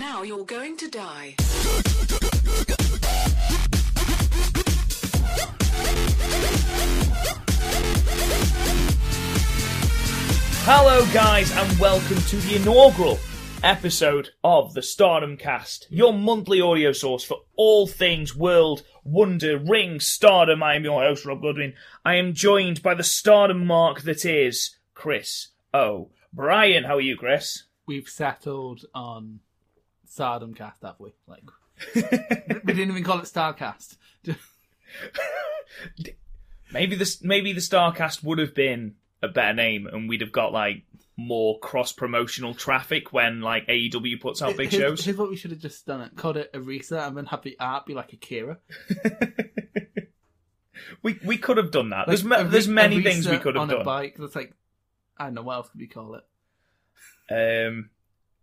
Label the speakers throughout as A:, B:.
A: Now you're going to die.
B: Hello, guys, and welcome to the inaugural episode of the Stardom Cast, your monthly audio source for all things world, wonder, ring, stardom. I am your host, Rob Goodwin. I am joined by the stardom mark that is Chris O. Brian, how are you, Chris?
C: we've settled on Stardom Cast, have we? Like we didn't even call it Starcast.
B: Maybe this, maybe the Starcast would have been a better name, and we'd have got like more cross promotional traffic when like AEW puts out big
C: here's,
B: shows.
C: here's what we should have just done: it called it Arisa, and then have the art be like Akira.
B: We we could have done that. Uh,
C: Like,
B: there's ma-
C: Ari-
B: there's many
C: Arisa
B: things we could have
C: on
B: done.
C: a bike. That's like I don't know what else could we call it.
B: Um,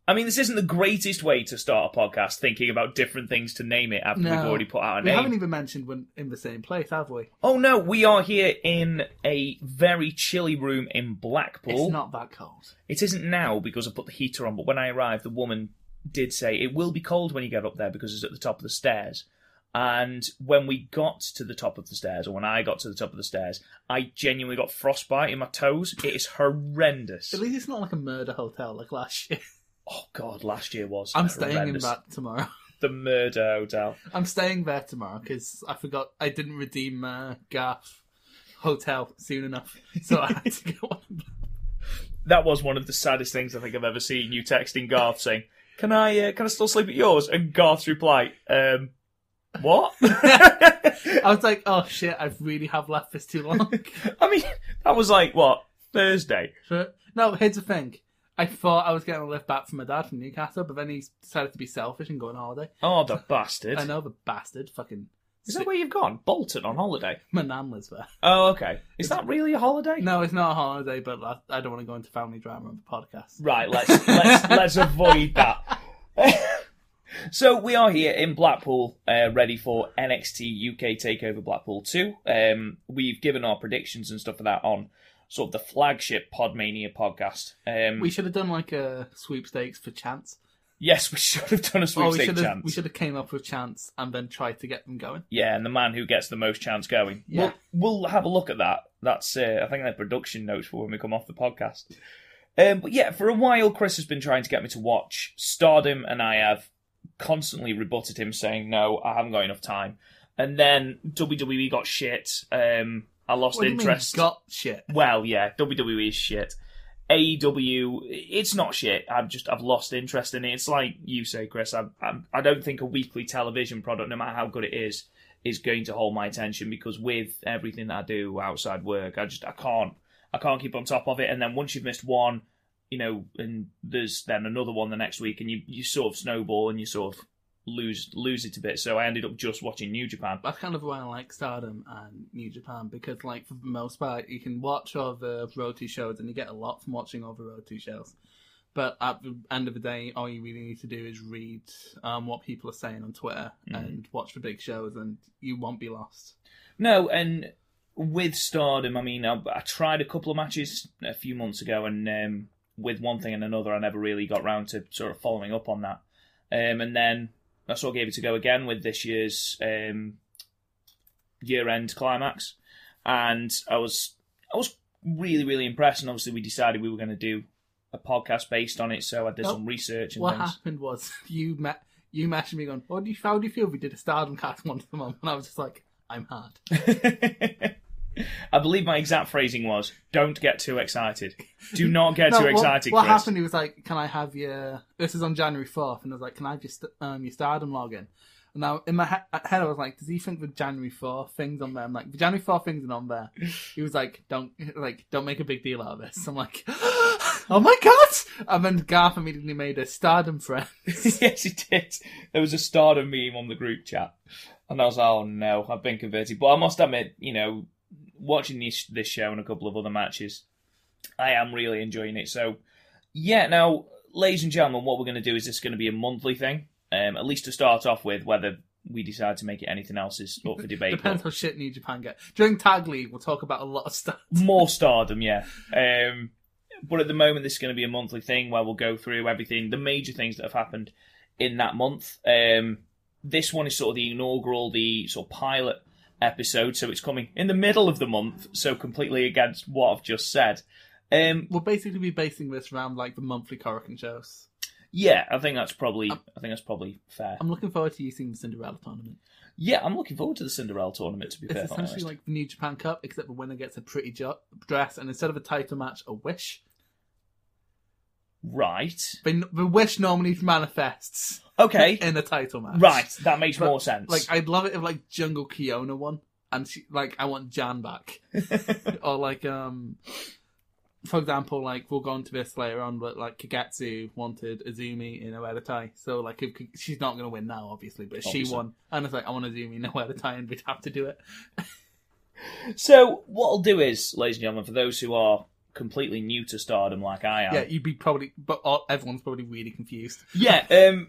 B: I mean, this isn't the greatest way to start a podcast, thinking about different things to name it after we've
C: No.
B: already put out a
C: We
B: name.
C: haven't even mentioned when in the same place, have we?
B: Oh no, we are here in a very chilly room in Blackpool.
C: It's not that cold.
B: It isn't now because I put the heater on, but when I arrived, the woman did say it will be cold when you get up there because it's at the top of the stairs. And when we got to the top of the stairs, or when I got to the top of the stairs, I genuinely got frostbite in my toes. It is horrendous.
C: At least it's not like a murder hotel like last year.
B: Oh God, last year was.
C: I'm staying in
B: horrendous.
C: that tomorrow.
B: The murder hotel.
C: I'm staying there tomorrow because I forgot I didn't redeem my Garth hotel soon enough, so I had to get one.
B: That was one of the saddest things I think I've ever seen. You texting Garth saying, "Can I? Uh, can I still sleep at yours?" And Garth's reply, um, "What?"
C: I was like, oh shit, I really have left this too long.
B: I mean, that was like what Thursday.
C: But- no, here's the thing. I thought I was getting a lift back from my dad from Newcastle, but then he decided to be selfish and go on holiday.
B: Oh, the bastard!
C: I know the bastard, fucking.
B: Is that where you've gone? Bolton on holiday?
C: My nan lives there.
B: Oh, okay. Is that really a holiday?
C: No, it's not a holiday, but I- I don't want to go into family drama on the podcast.
B: Right, let's let's let's avoid that. so we are here in Blackpool, uh, ready for NXT UK Takeover Blackpool Two. Um, we've given our predictions and stuff for that on sort of the flagship Podmania podcast. Um,
C: We should have done like a sweepstakes for chance.
B: yes, we should have done a
C: Or Oh, we
B: sweepstakes
C: should have
B: chance.
C: we should have came up with chance and then tried to get them going.
B: Yeah, and the man who gets the most chance going.
C: Yeah.
B: We'll, we'll have a look at that. That's uh, I think they're production notes for when we come off the podcast. Um, but yeah, for a while, Chris has been trying to get me to watch Stardom, and I have constantly rebutted him, saying no, I haven't got enough time. And then WWE got shit. Um, I lost
C: What do you mean,
B: interest.
C: got shit.
B: Well, yeah, WWE is shit. AEW, it's not shit. I've just I've lost interest in it. It's like you say, Chris. I I'm, I don't think a weekly television product, no matter how good it is, is going to hold my attention because with everything that I do outside work, I just I can't I can't keep on top of it. And then once you've missed one, you know, and there's then another one the next week, and you you sort of snowball and you sort of lose lose it a bit. So I ended up just watching New Japan.
C: That's kind of why I like Stardom and New Japan because, like, for the most part, you can watch all the Road to shows and you get a lot from watching all the Road to shows. But at the end of the day, all you really need to do is read um, what people are saying on Twitter
B: Mhm.
C: and watch the big shows, and you won't be lost.
B: No, and with Stardom, I mean, I, I tried a couple of matches a few months ago, and um, with one thing and another, I never really got round to sort of following up on that. Um, and then I sort of gave it a go again with this year's um, year-end climax, and I was I was really really impressed. And obviously, we decided we were going to do a podcast based on it, so I did
C: Oh,
B: some research and
C: what
B: things.
C: happened was you met you messaged me going, "What do you how do you feel if we did a Stardom cast once a month?" And I was just like, "I'm hard."
B: I believe my exact phrasing was, "Don't get too excited. Do not get
C: No,
B: too
C: what,
B: excited,
C: What
B: Chris."
C: happened? He was like, "Can I have your?" This is on January fourth, and I was like, "Can I have your st- um your Stardom login?" And now in my he- head, I was like, "Does he think the January fourth things on there?" I'm like, "The January fourth things are on there." He was like, "Don't like don't make a big deal out of this." I'm like, oh my god! And then Garth immediately made a stardom friend.
B: yes, he did. There was a stardom meme on the group chat, and I was like, "Oh no, I've been converted." But I must admit, you know, watching this this show and a couple of other matches, I am really enjoying it. So, yeah. Now, ladies and gentlemen, what we're going to do is this going to be a monthly thing, um, at least to start off with. Whether we decide to make it anything else is up for debate. but-
C: Depends how shit New Japan get. During Tag League, we'll talk about a lot of stuff.
B: more stardom, yeah. Um, but at the moment, this is going to be a monthly thing where we'll go through everything, the major things that have happened in that month. Um, this one is sort of the inaugural, the sort of pilot episode, so it's coming in the middle of the month, so completely against what I've just said. Um,
C: We'll basically be basing this around like the monthly Corican shows.
B: yeah, I think that's probably,
C: Um,
B: I think that's probably fair.
C: I'm looking forward to you seeing the Cinderella tournament.
B: yeah, I'm looking forward to the Cinderella tournament. To be
C: It's
B: fair, if I'm
C: essentially
B: honest.
C: like the New Japan Cup, except the winner gets a pretty jo- dress, and instead of a title match, a wish.
B: right?
C: The, the wish normally manifests
B: Okay,
C: in a title match.
B: right, that makes
C: But,
B: more sense.
C: Like I'd love it if like Jungle Kiona won, and she like I want Jan back, or like um, for example, like we'll go on to this later on, but like Kagetsu wanted Azumi in Oedatai, so like if, she's not gonna win now, obviously, but she
B: Obviously.
C: won, and it's like I want Azumi in Oedatai, and we'd have to do it.
B: So what I'll do is, ladies and gentlemen, for those who are completely new to Stardom like I am,
C: Yeah, you'd be probably, but all, everyone's probably really confused.
B: yeah, um,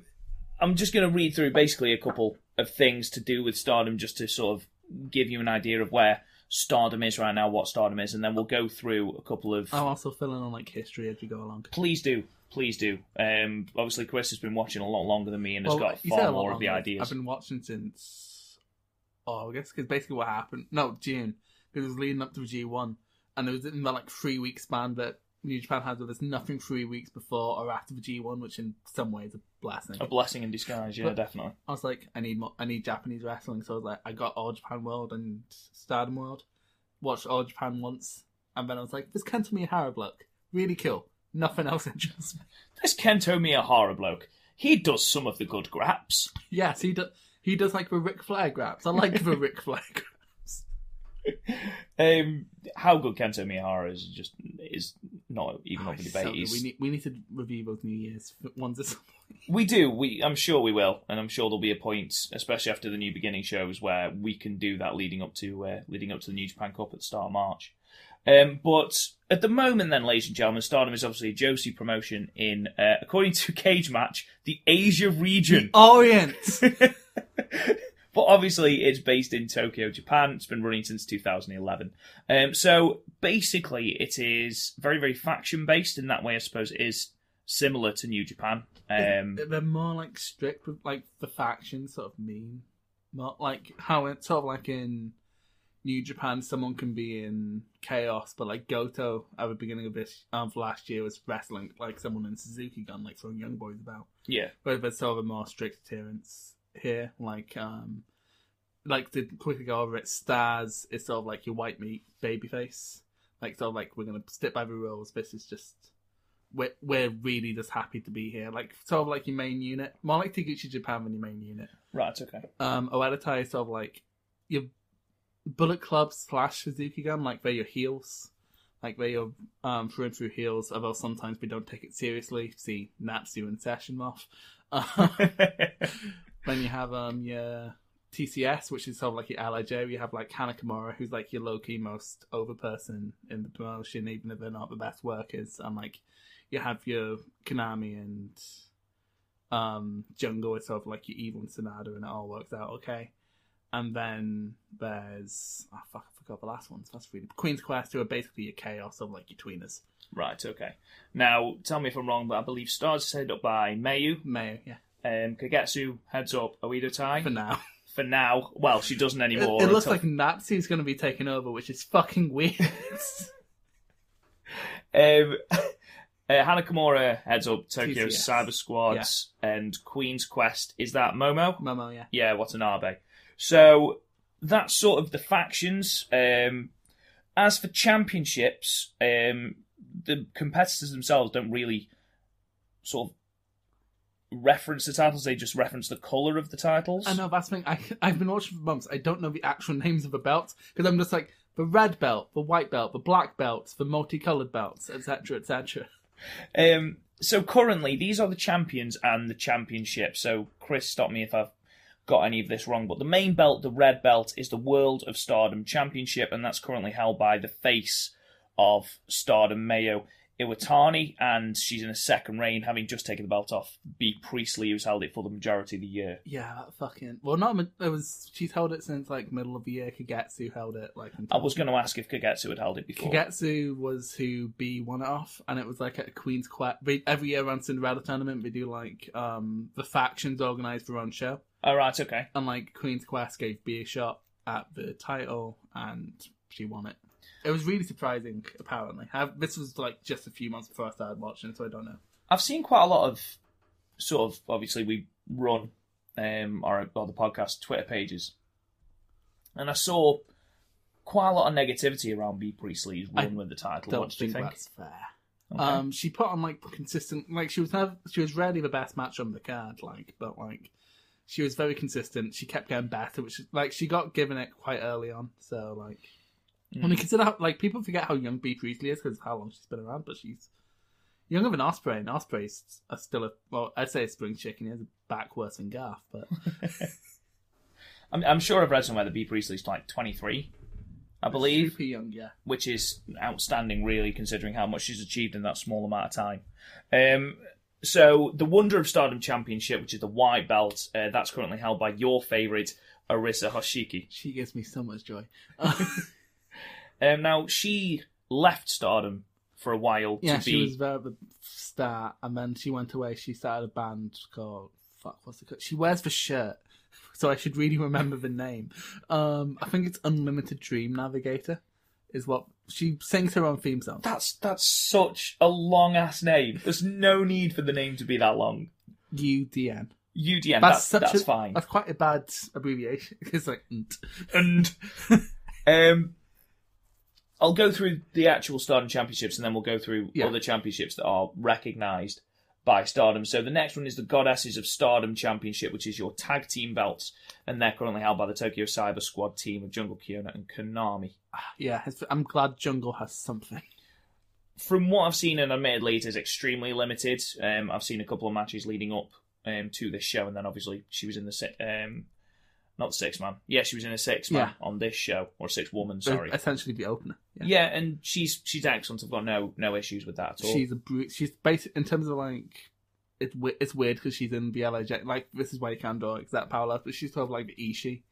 B: I'm just going to read through basically a couple of things to do with Stardom, just to sort of give you an idea of where Stardom is right now, what Stardom is, and then we'll go through a couple of.
C: I'm also filling on like history as we go along.
B: Please do, please do. Um, obviously, Chris has been watching a lot longer than me and has got
C: you said a
B: far
C: lot
B: more of the
C: longer.
B: ideas.
C: I've been watching since August because basically what happened, no June, because it was leading up to G one, and it was in that like three week span that New Japan has with us. Nothing three weeks before or after the G one, which in some ways is a blessing.
B: A blessing in disguise, yeah,
C: But-
B: definitely.
C: I was like, I need more, I need Japanese wrestling, so I was like, I got All Japan World and Stardom World. Watched All Japan once, and then I was like, this Kento Miyahara block, really cool. Nothing else interests me.
B: This Kento Miyahara bloke, he does some of the good graps.
C: Yes, he does. He does like the Ric Flair grabs. I like the Ric Flair grabs.
B: Um, how good Kento Miyahara is just is not even
C: Oh,
B: up for
C: it's
B: debate.
C: so good.
B: He's-
C: we need we need to review those New Year's ones. As...
B: we do. We I'm sure we will, and I'm sure there'll be a point, especially after the New Beginning shows, where we can do that leading up to uh, leading up to the New Japan Cup at the start of March. Um, but at the moment, then, ladies and gentlemen, Stardom is obviously a Josie promotion in, uh, according to Cage Match, the Asia region.
C: Orient.
B: But obviously, it's based in Tokyo, Japan. It's been running since 2011. Um, so basically, it is very, very faction based in that way. I suppose it is similar to New Japan. Um,
C: They're more like strict with like the faction sort of mean, not like how it's sort of like in New Japan, someone can be in chaos, but like Goto at the beginning of this of last year was wrestling like someone in Suzuki Gun, like throwing young boys about.
B: yeah,
C: But there's sort of a more strict adherence here, like um, like to quickly go over it. Stars is sort of like your white meat baby face, like sort of like we're gonna stick by the rules. This is just we're we're really just happy to be here, like sort of like your main unit, more like Taguchi Japan than your main unit.
B: right, okay.
C: Um, Oedatai is sort of like your Bullet Club slash Suzuki Gun, like they're your heels. Like they're your um, through and through heels, although sometimes we don't take it seriously. See Natsu and Session Moth. Um, then you have um your TCS, which is sort of like your ally Joe. You have like Hanakamura, who's like your low key most over person in the promotion, even if they're not the best workers. And like you have your Konami and um Jungle is sort of like your evil and Sonata, and it all works out okay. And then there's oh fuck, I forgot the last ones. That's really Queen's Quest, who are basically your chaos of like your tweeners.
B: right, okay. Now, tell me if I'm wrong, but I believe Stars is headed up by Mayu.
C: Mayo, yeah,
B: Um, Kagetsu heads up Oedo Tai
C: for
B: for,
C: now.
B: now. Well, she doesn't
C: It,
B: anymore.
C: it looks
B: until-
C: like Natsu's going to be taking over, which is fucking weird.
B: Um, uh, Hanakamura heads up Tokyo's
C: TCS.
B: Cyber Squads and Queen's Quest. Is that Momo?
C: Momo, yeah.
B: Yeah, Watanabe. So that's sort of the factions. Um, as for championships, um, the competitors themselves don't really sort of reference the titles. They just reference the color of the titles.
C: I know that's the thing. I I've been watching for months. I don't know the actual names of the belts because I'm just like the red belt, the white belt, the black belts, the multicolored belts, etc., etc.
B: Um, so currently, these are the champions and the championship. So Chris, stop me if I've got any of this wrong. But the main belt, the red belt, is the World of Stardom Championship, and that's currently held by the face of Stardom Mayo Iwatani, and she's in a second reign, having just taken the belt off B Priestley, who's held it for the majority of the year.
C: Yeah, that fucking. Well, not. It was. She's held it since like middle of the year. Kagetsu held it like.
B: I was going to ask if Kagetsu had held it before.
C: Kagetsu was who B won it off, and it was like at a Queen's Quest. Every year around Cinderella tournament, we do like um the factions organize their own show,
B: All Oh, right, okay.
C: and like Queen's Quest gave B a shot at the title, and she won it. It was really surprising. Apparently, I, this was like just a few months before I started watching, so I don't know.
B: I've seen quite a lot of sort of obviously we run um our or the podcast Twitter pages, and I saw quite a lot of negativity around B Priestley's run
C: I
B: with the title.
C: don't
B: what do you think?
C: that's fair. Um, she put on like consistent, like she was have, she was rarely the best match on the card, like, but like she was very consistent. She kept getting better, which is- like she got given it quite early on. So like, when you
B: Mm.
C: consider how, like people forget how young B Priestley is because how long she's been around, but she's younger than Osprey, and Osprey's are still a well, I'd say a spring chicken. He has a back worse than Garth, but
B: I'm, I'm sure I've read somewhere that B Priestley's like 23, I believe,
C: super young, yeah.
B: which is outstanding, really, considering how much she's achieved in that small amount of time. Um, so the Wonder of Stardom Championship, which is the white belt, uh, that's currently held by your favourite Arisa Hoshiki.
C: She gives me so much joy.
B: Um, now she left Stardom for a while
C: Yeah,
B: to
C: she
B: be
C: was there at the start, and then she went away. She started a band called Fuck. What's it called? She wears the shirt, so I should really remember the name. Um, I think it's Unlimited Dream Navigator, is what she sings her own theme song.
B: That's that's such a long ass name. There's no need for the name to be that long.
C: UDN.
B: UDN. That's
C: such
B: that's,
C: a,
B: fine.
C: That's quite a bad abbreviation. It's like. mm. "Nt."
B: And um, I'll go through the actual Stardom championships, and then we'll go through
C: Yeah.
B: other championships that are recognised by Stardom. So the next one is the Goddesses of Stardom Championship, which is your tag team belts, and they're currently held by the Tokyo Cyber Squad team of Jungle Kiona and Konami.
C: Yeah, it's- I'm glad Jungle has something.
B: from what I've seen, and admittedly it is extremely limited. Um, I've seen a couple of matches leading up um, to this show, and then obviously she was in the si- um, not six man. Yeah, she was in a six man
C: Yeah.
B: on this show or six woman.
C: But
B: Sorry.
C: Essentially, the opener. Yeah.
B: yeah, and she's she's excellent. I've got no no issues with that at all.
C: She's a brute. She's basic in terms of like it's we- it's weird because she's in the LJ. Like this is why you can't draw exact power left, but she's sort of like the Ishii.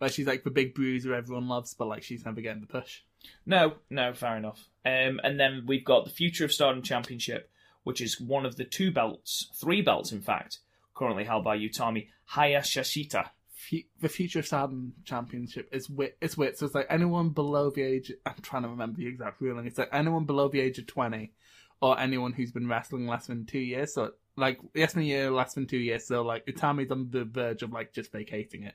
C: Like she's like the big bruiser everyone loves, but like she's never getting the push.
B: No, no, fair enough. Um, and then we've got the Future of Stardom Championship, which is one of the two belts, three belts in fact, currently held by Utami Hayashishita.
C: Fu- The future of Stardom Championship is wit. It's wit. So it's like anyone below the age. I'm trying to remember the exact ruling. It's like anyone below the age of twenty, or anyone who's been wrestling less than two years. So like less than a year, less than two years. So like Utami's on the verge of like just vacating it.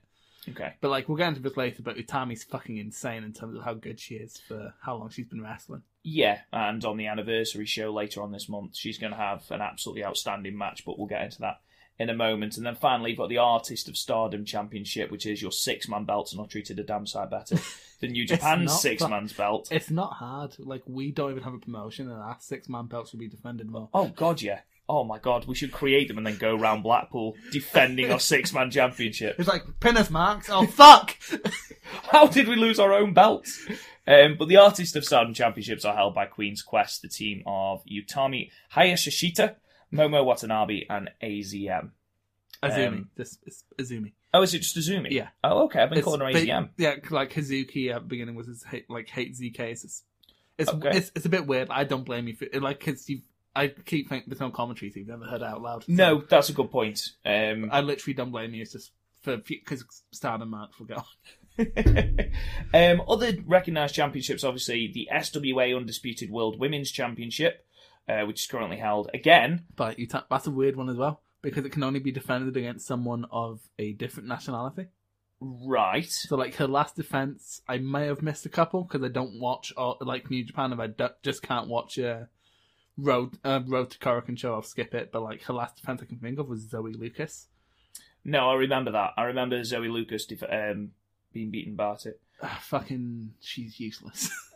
B: Okay.
C: But like we'll get into this later, but Utami's fucking insane in terms of how good she is for how long she's been wrestling.
B: Yeah, and on the anniversary show later on this month, she's going to have an absolutely outstanding match, but we'll get into that in a moment. And then finally, you've got the Artist of Stardom Championship, which is your six man belts and are treated a damn sight better than New
C: not
B: Japan's six man's belt.
C: It's not hard. Like we don't even have a promotion and our six man belts will be defended more.
B: Oh, God, yeah. Oh, my God. We should create them and then go round Blackpool defending our six man championship.
C: It's like pin us marks, oh fuck
B: How did we lose our own belts? Um, but the Artist of Stardom Championships are held by Queen's Quest, the team of Utami Hayashishita, Momo Watanabe, and AZM.
C: Azumi.
B: Um,
C: this is Azumi.
B: Oh, is it just Azumi?
C: Yeah.
B: Oh, okay. I've been
C: It's
B: calling her
C: big-
B: AZM.
C: Yeah, like Hazuki at the beginning was his hate, like hate ZK. It's it's it's,
B: Okay.
C: it's it's a bit weird. I don't blame you for it, like because you. I keep thinking there's no commentary, so you've never heard it out loud.
B: No, that's a good point. Um,
C: I literally don't blame you. It's just for because Stardom marks will go.
B: um, other recognised championships, obviously, the SWA Undisputed World Women's Championship, uh, which is currently held again.
C: But you ta- that's a weird one as well because it can only be defended against someone of a different nationality.
B: Right.
C: So like her last defense, I may have missed a couple because I don't watch or like New Japan and I du- just can't watch uh, Road uh, Road to Korokan show. I'll skip it. But like her last defense I can think of was Zoe Lucas.
B: No, I remember that. I remember Zoe Lucas def- um, being beaten by it.
C: Ah, fucking, she's useless.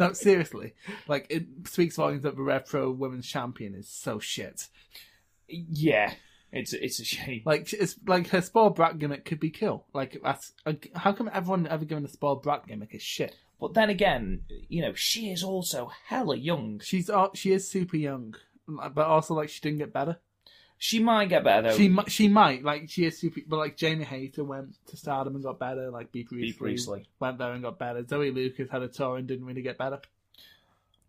C: No, seriously. Like, it speaks volumes that the Rev Pro Women's Champion is so shit.
B: Yeah, it's it's a shame.
C: Like, it's like her Spore Brat gimmick could be cool. Like, that's, like, how come everyone ever given the Spore Brat gimmick is shit?
B: But then again, you know, she is also hella young.
C: She's uh, she is super young, but also like she didn't get better.
B: She might get better though.
C: She mi- she might like she is super, but like Jamie Hayter went to Stardom and got better. Like B.
B: Be
C: Priestley
B: Priestley.
C: went there and got better. Zoe Lucas had a tour and didn't really get better.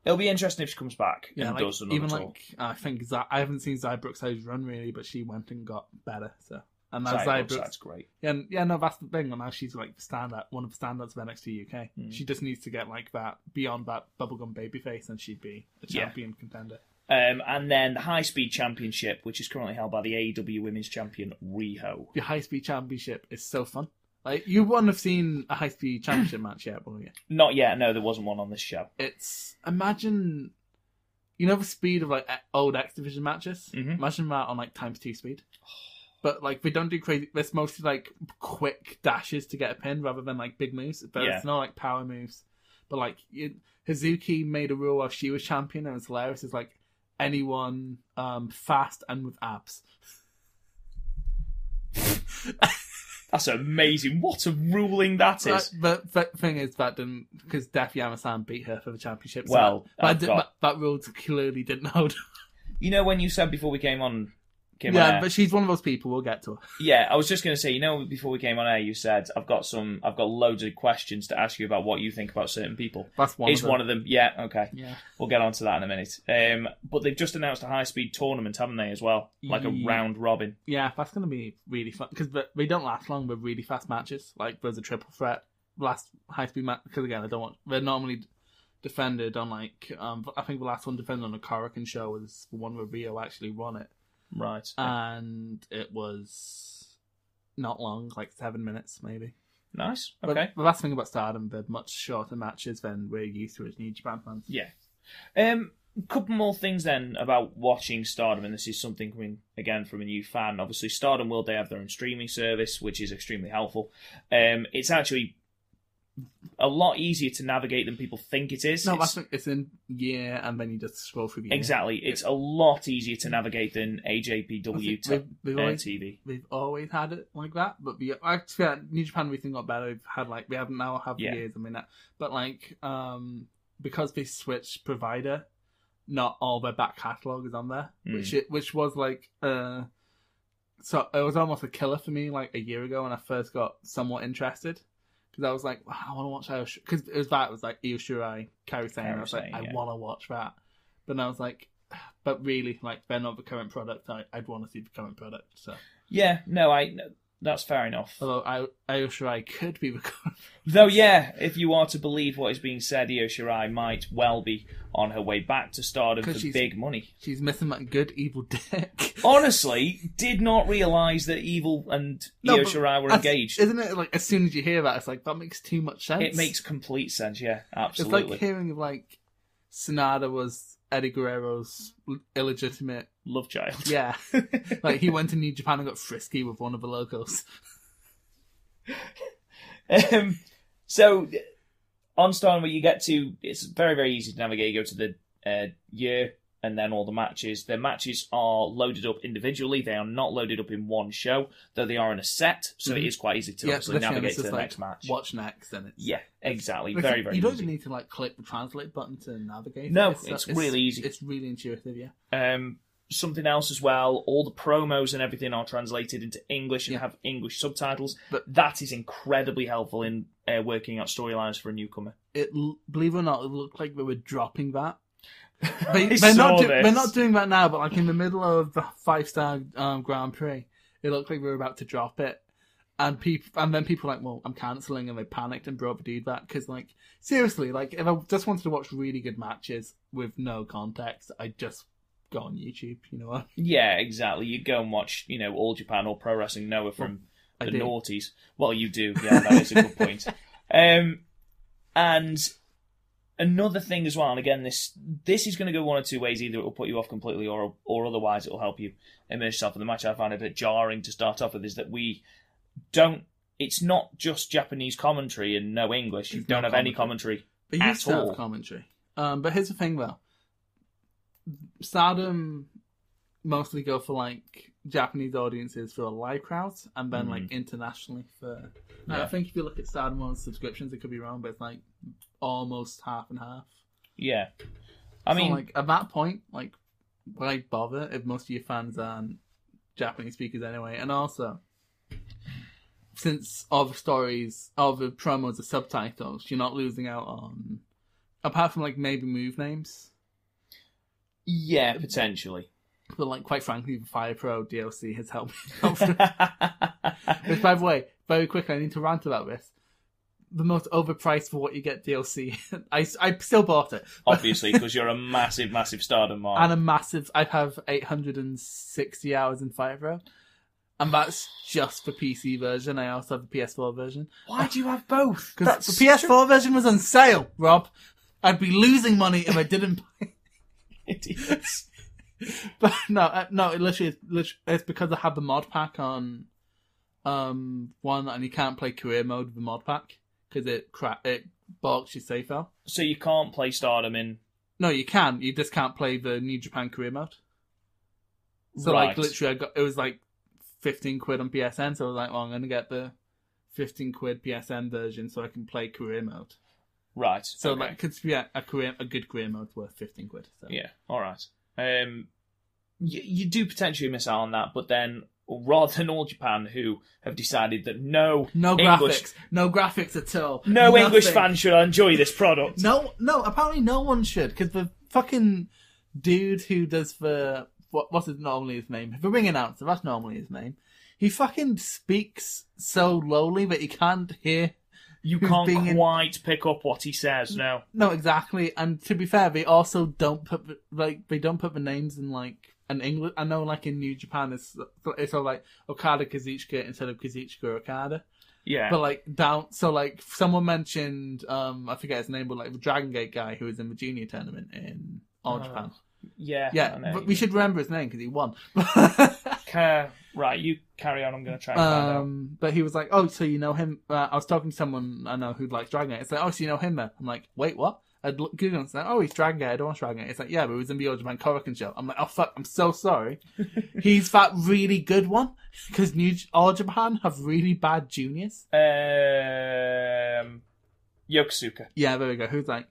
B: It'll be interesting if she comes back and
C: like,
B: does another
C: even
B: tour.
C: like I think Zy- I haven't seen Zy Brookside's run really, but she went and got better. So and that's Zy
B: Side,
C: Brooks.
B: that's great.
C: And yeah, no, that's the thing. And now she's like the standout, one of the standouts of NXT UK.
B: Mm.
C: She just needs to get like that beyond that bubblegum baby face, and she'd be a
B: Yeah.
C: champion contender.
B: Um, and then the High Speed Championship, which is currently held by the AEW Women's Champion Riho.
C: the high speed championship is so fun. Like you wouldn't have seen a high speed championship match yet, will you?
B: Not yet. No, there wasn't one on this show.
C: It's imagine you know the speed of like e- old X Division matches.
B: Mhm.
C: Imagine that on like times two speed. But like we don't do crazy. It's mostly like quick dashes to get a pin rather than like big moves. But
B: Yeah.
C: it's not like power moves. But like it, Hazuki made a rule while she was champion, and it's hilarious. It's like anyone um fast and with abs.
B: That's amazing. What a ruling that is.
C: But, but the thing is, that didn't because Def Yamasan beat her for the championship. so
B: Well,
C: that, but I
B: I've
C: did,
B: got-
C: that, that rule clearly didn't hold.
B: You know when you said before we came on, came on
C: yeah,
B: air-
C: but she's one of those people. We'll get to her.
B: yeah, I was just going to say, you know, before we came on air, you said I've got some, I've got loads of questions to ask you about what you think about certain people.
C: That's one.
B: is
C: of them.
B: one of them? Yeah, okay.
C: Yeah,
B: We'll get on to that in a minute. Um, but they've just announced a high speed tournament, haven't they? As well, like a
C: Ye-
B: round robin.
C: yeah, that's gonna be really fun because they don't last long. with really fast matches. Like there's a triple threat last high speed match. Because again, I don't want they're normally defended on like um I think the last one defended on a Korakin show was the one where Rio actually won it,
B: Right.
C: and it was not long, like seven minutes maybe.
B: nice.
C: But
B: Okay.
C: The last thing about Stardom, they're much shorter matches than we're used to as New Japan fans.
B: Yeah. Um, couple more things then about watching Stardom, and this is something coming again from a new fan. Obviously, Stardom will they have their own streaming service, which is extremely helpful. Um, it's actually a lot easier to navigate than people think it is.
C: No,
B: It's-
C: that's the- it's in year, and then you just scroll through the year.
B: exactly. It's a lot easier to navigate than
C: That's
B: AJPW
C: it.
B: t-
C: We've, we've
B: uh,
C: always,
B: TV.
C: we've always had it like that, but the actually yeah, New Japan recently got better. We've had like we haven't now have
B: Yeah.
C: years. I mean, that, but like um because they switched provider, not all their back catalog is on there,
B: Mm.
C: which it, which was like uh. So it was almost a killer for me, like a year ago when I first got somewhat interested, because I was like, wow, I want to watch because it was that it was like Io Shirai, Kairi Sane. I was like,
B: Kairi Sane,
C: I
B: yeah.
C: want to watch that, but then I was like, but really, like they're not the current product. I, I'd want to see the current product. So
B: Yeah, no, I. no, that's fair enough.
C: Although I, Io Shirai could be recorded.
B: Though, yeah, if you are to believe what is being said, Io Shirai might well be on her way back to Stardom
C: 'Cause
B: for
C: she's-
B: big money.
C: She's missing that good evil dick.
B: honestly did not realize that Evil and
C: No,
B: Io
C: but
B: Shirai were
C: As-
B: engaged.
C: Isn't it like as soon as you hear that, it's like that makes too much sense.
B: It makes complete sense. Yeah,
C: it's
B: absolutely.
C: like hearing of like Sonata was Eddie Guerrero's illegitimate.
B: Love child.
C: Yeah, like he went to New Japan and got frisky with one of the locals.
B: um, so on Stardom, where you get to, it's very very easy to navigate. You go to the uh, year and then all the matches. Their matches are loaded up individually. They are not loaded up in one show, though they are in a set. So it
C: Mhm.
B: is quite easy to
C: yeah,
B: obviously
C: literally, and
B: navigate
C: it's
B: to the
C: just like,
B: next match.
C: Watch next, and it's
B: Yeah, exactly.
C: Because
B: Very very
C: You don't
B: easy.
C: even need to like click the translate button to navigate.
B: No,
C: it.
B: it's really easy.
C: It's really intuitive. Yeah.
B: Um, something else as well. All the promos and everything are translated into English and
C: Yeah.
B: have English subtitles.
C: But-
B: that is incredibly helpful in uh, working out storylines for a newcomer.
C: it l- believe it or not, it looked like they were dropping that.
B: I
C: They, are not
B: saw
C: do-
B: this.
C: they're not doing that now, but like in the middle of the five star um, Grand Prix, it looked like we were about to drop it. And people, and then people were like, well, I'm cancelling, and they panicked and brought the dude back because, like, seriously, like if I just wanted to watch really good matches with no context, I'd just go on YouTube. You know what?
B: Yeah, exactly. You go and watch, you know, All Japan or Pro Wrestling Noah from
C: I
B: the
C: do.
B: noughties. Well, you do. Yeah, that is a good point. Um, and another thing as well, and again, this this is going to go one of two ways. Either it will put you off completely, or or otherwise it will help you immerse yourself in the match. I found it a bit jarring to start off with. Is that we don't. It's not just Japanese commentary and no English. You
C: There's
B: don't
C: no
B: have any
C: commentary.
B: commentary
C: He used to
B: at
C: have
B: all.
C: commentary. Um, but here's the thing, though. Stardom mostly go for like Japanese audiences for a live crowd, and then like internationally for. Now, I
B: Mm. Yeah.
C: think if you look at Stardom on subscriptions, it could be wrong, but it's like almost half and half.
B: Yeah, I
C: So,
B: mean,
C: like at that point, like why bother if most of your fans aren't Japanese speakers anyway? And also, since all the stories, all the promos are subtitles, you're not losing out on, apart from like maybe move names.
B: yeah, potentially.
C: But like, quite frankly, the Fire Pro DLC has helped. Which, by the way, very quickly, I need to rant about this. The most overpriced for what you get DLC. I, I still bought it.
B: Obviously, because you're a massive, massive stardom mark.
C: and a massive. I have 860 hours in Fire Pro, and that's just the PC version. I also have the PS4 version
B: Why do you have both?
C: because the PS4 version was on sale. Rob, I'd be losing money if I didn't buy.
B: Idiots.
C: But no, uh, no, it literally, is, literally, it's because I had the mod pack on, um, one, and you can't play career mode with the mod pack because it cra- it balks your save file.
B: so you can't play Stardom in.
C: No, you can. You just can't play the New Japan career mode. So like
B: Right.
C: literally, I got it was like fifteen quid on PSN. So I was like, well, I'm gonna get the fifteen quid PSN version so I can play career mode.
B: Right.
C: So
B: okay.
C: like, could be a, a career a good career mode worth fifteen quid. So.
B: Yeah. All right. Um, you, you do potentially miss out on that, but then rather than All Japan, who have decided that no,
C: No
B: English,
C: graphics. No graphics at all.
B: no English
C: Nothing.
B: fan should enjoy this product.
C: No, no. Apparently, no one should because the fucking dude who does the what what is normally his name, the ring announcer. That's normally his name. He fucking speaks so lowly that you can't hear.
B: you
C: who's
B: can't
C: being in- Mm.
B: quite pick up what he says. No.
C: No, exactly. And to be fair, they also don't put the- like they don't put the names in like an English. I know, like in New Japan, it's it's all like Okada Kazuchika instead of Kazuchika Okada.
B: Yeah.
C: But like down, so like someone mentioned, um, I forget his name, but like the Dragon Gate guy who was in the junior tournament in All
B: Oh,
C: Japan.
B: yeah.
C: Yeah,
B: I know
C: but
B: you
C: we
B: mean.
C: should remember his name because he won.
B: Ca- right. You carry on. I'm going to try and find out.
C: um, but he was like, "Oh, so you know him?" Uh, I was talking to someone I know who likes Dragon Gate. It's like, "Oh, so you know him?" Then I'm like, "Wait, what?" I'd look Google and it's like, "Oh, he's Dragon Gate. I don't watch Dragon Gate." It's like, "Yeah, but he was in the Old Japan Korakuen show." I'm like, "Oh fuck, I'm so sorry." he's that really good one because New J- All Japan have really bad juniors.
B: Um, Yokosuka.
C: Yeah, there we go. Who's like,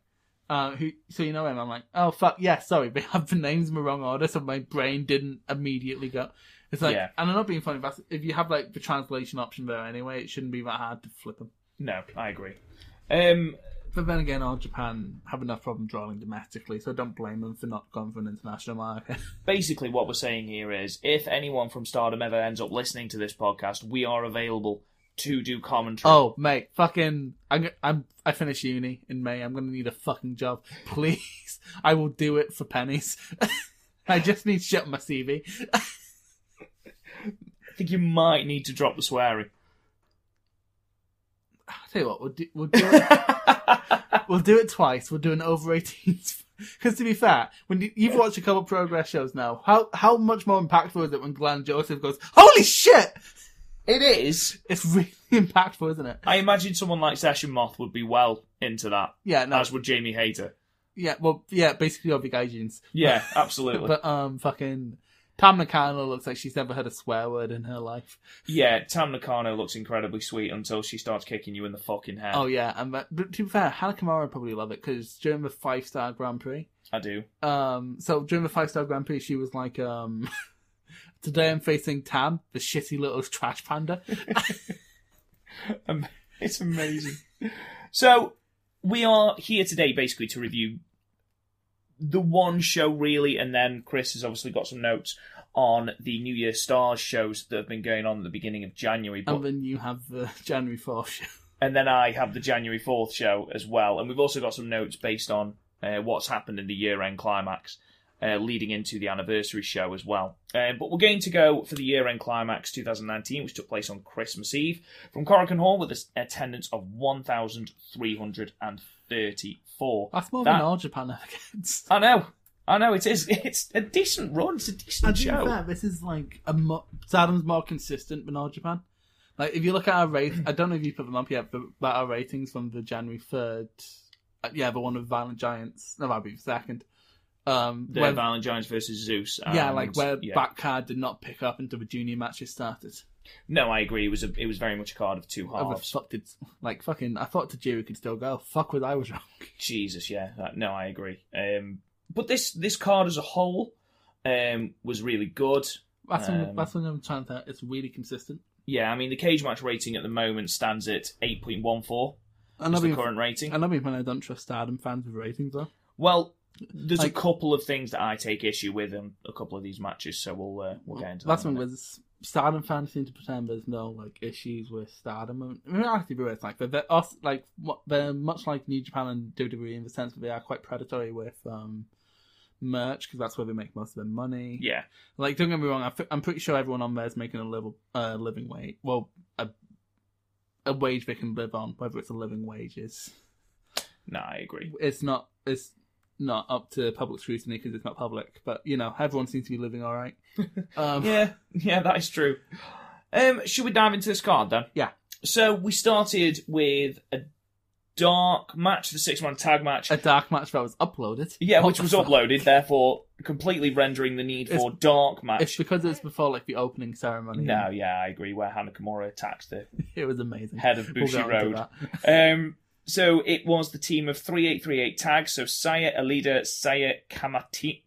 C: uh, who? So you know him? I'm like, oh fuck, yeah, sorry, they have the names in the wrong order, so my brain didn't immediately go. It's like,
B: Yeah.
C: and I'm not being funny, but if you have like the translation option there anyway, it shouldn't be that hard to flip them.
B: No, I agree. Um,
C: But then again, all Japan have enough problem drawing domestically, so I don't blame them for not going for an international market.
B: basically what we're saying here is if anyone from Stardom ever ends up listening to this podcast, we are available to do commentary.
C: oh, mate, fucking, I'm, go- I'm, I finish uni in May. I'm gonna need a fucking job, please. I will do it for pennies. I just need to shut my CV.
B: I think you might need to drop the swearing.
C: I'll tell you what, we'll do, we'll do it. we'll do it twice. We'll do an over 18s. Because to be fair, when you, you've watched a couple of progress shows now, how how much more impactful is it when Glenn Joseph goes, "Holy shit!"
B: It is.
C: It's really impactful, isn't it?
B: I imagine someone like Session Moth would be well into that,
C: Yeah, no,
B: as would Jamie Hayter.
C: yeah, well, yeah, basically all the gaijins.
B: Yeah, absolutely.
C: But um, fucking Tam Nakano looks like she's never heard a swear word in her life.
B: yeah, Tam Nakano looks incredibly sweet until she starts kicking you in the fucking head.
C: Oh yeah, and but, but to be fair, Hannah Kimura would probably love it because during the five star Grand Prix,
B: I do.
C: um so during the five star grand prix she was like um today i'm facing tam the shitty little trash panda
B: Am- It's amazing. so we are here today basically to review the one show really, and then Chris has obviously got some notes on the New Year Stars shows that have been going on at the beginning of January. But,
C: and then you have the january 4th show
B: and then I have the January 4th show as well. And we've also got some notes based on uh, what's happened in the year end climax. Uh, leading into the anniversary show as well. Uh, but we're going to go for the year end climax 2019, which took place on Christmas Eve from Corrigan Hall with an attendance of 1,334.
C: that's more
B: That-
C: than all japan ever gets
B: I know. I know it is. It's a decent run. It's a decent
C: and to be
B: show.
C: fair, this is like a mo- Saddam's more consistent than all Japan. Like if you look at our rate, I don't know if you put them up yet, but, but our ratings from the January third uh, yeah, the one of Violent Giants. No, that'd be the second. Um,
B: The
C: where-
B: Violent Giants versus Zeus.
C: yeah,
B: and-
C: like where
B: yeah.
C: Backcard did not pick up until the junior matches started.
B: No, I agree. It was a, it was very much a card of two
C: Oh, the
B: halves.
C: fuck did like fucking? I thought Tajiri could still go. Fuck, was I was wrong.
B: Jesus, yeah. Uh, No, I agree. Um, but this this card as a whole um, was really good.
C: That's,
B: Um,
C: what, that's what I'm trying to. think. It's really consistent.
B: Yeah, I mean the cage match rating at the moment stands at eight point one four. Is
C: Another
B: the
C: current...
B: current rating?
C: another even I don't trust Stardom fans with ratings though.
B: Well, there's
C: Like-
B: a couple of things that I take issue with in a couple of these matches, so we'll uh, we'll get into
C: that's
B: that. in
C: one
B: a minute.
C: with Stardom fans seem to pretend there's no like issues with Stardom. I mean, I mean, actually, there is like they're, they're us like what- they're much like New Japan and WWE in the sense that they are quite predatory with um merch because that's where they make most of their money.
B: Yeah,
C: Like, don't get me wrong, I th- I'm pretty sure everyone on there is making a level, uh, living wage. Well, a, a wage they can live on, whether it's a living wage is.
B: no, I agree.
C: It's not. It's not up to public scrutiny because it's not public. But you know, everyone seems to be living all right. Um,
B: Yeah, yeah, that is true. Um, should we dive into this card then?
C: Yeah.
B: So we started with a dark match, the six man tag match.
C: A dark match that was uploaded.
B: yeah,
C: What
B: which
C: the
B: was
C: fuck?
B: uploaded, therefore completely rendering the need
C: It's-
B: for dark
C: It's
B: match.
C: because it's before like the opening ceremony.
B: No, yeah, I agree. Where Hanakamura attacks the
C: it was amazing.
B: head of
C: We'll
B: Bushi
C: get onto
B: Road.
C: that.
B: Um, so it was the team of 3838 tags. So Saya Alida, Saya Kamati,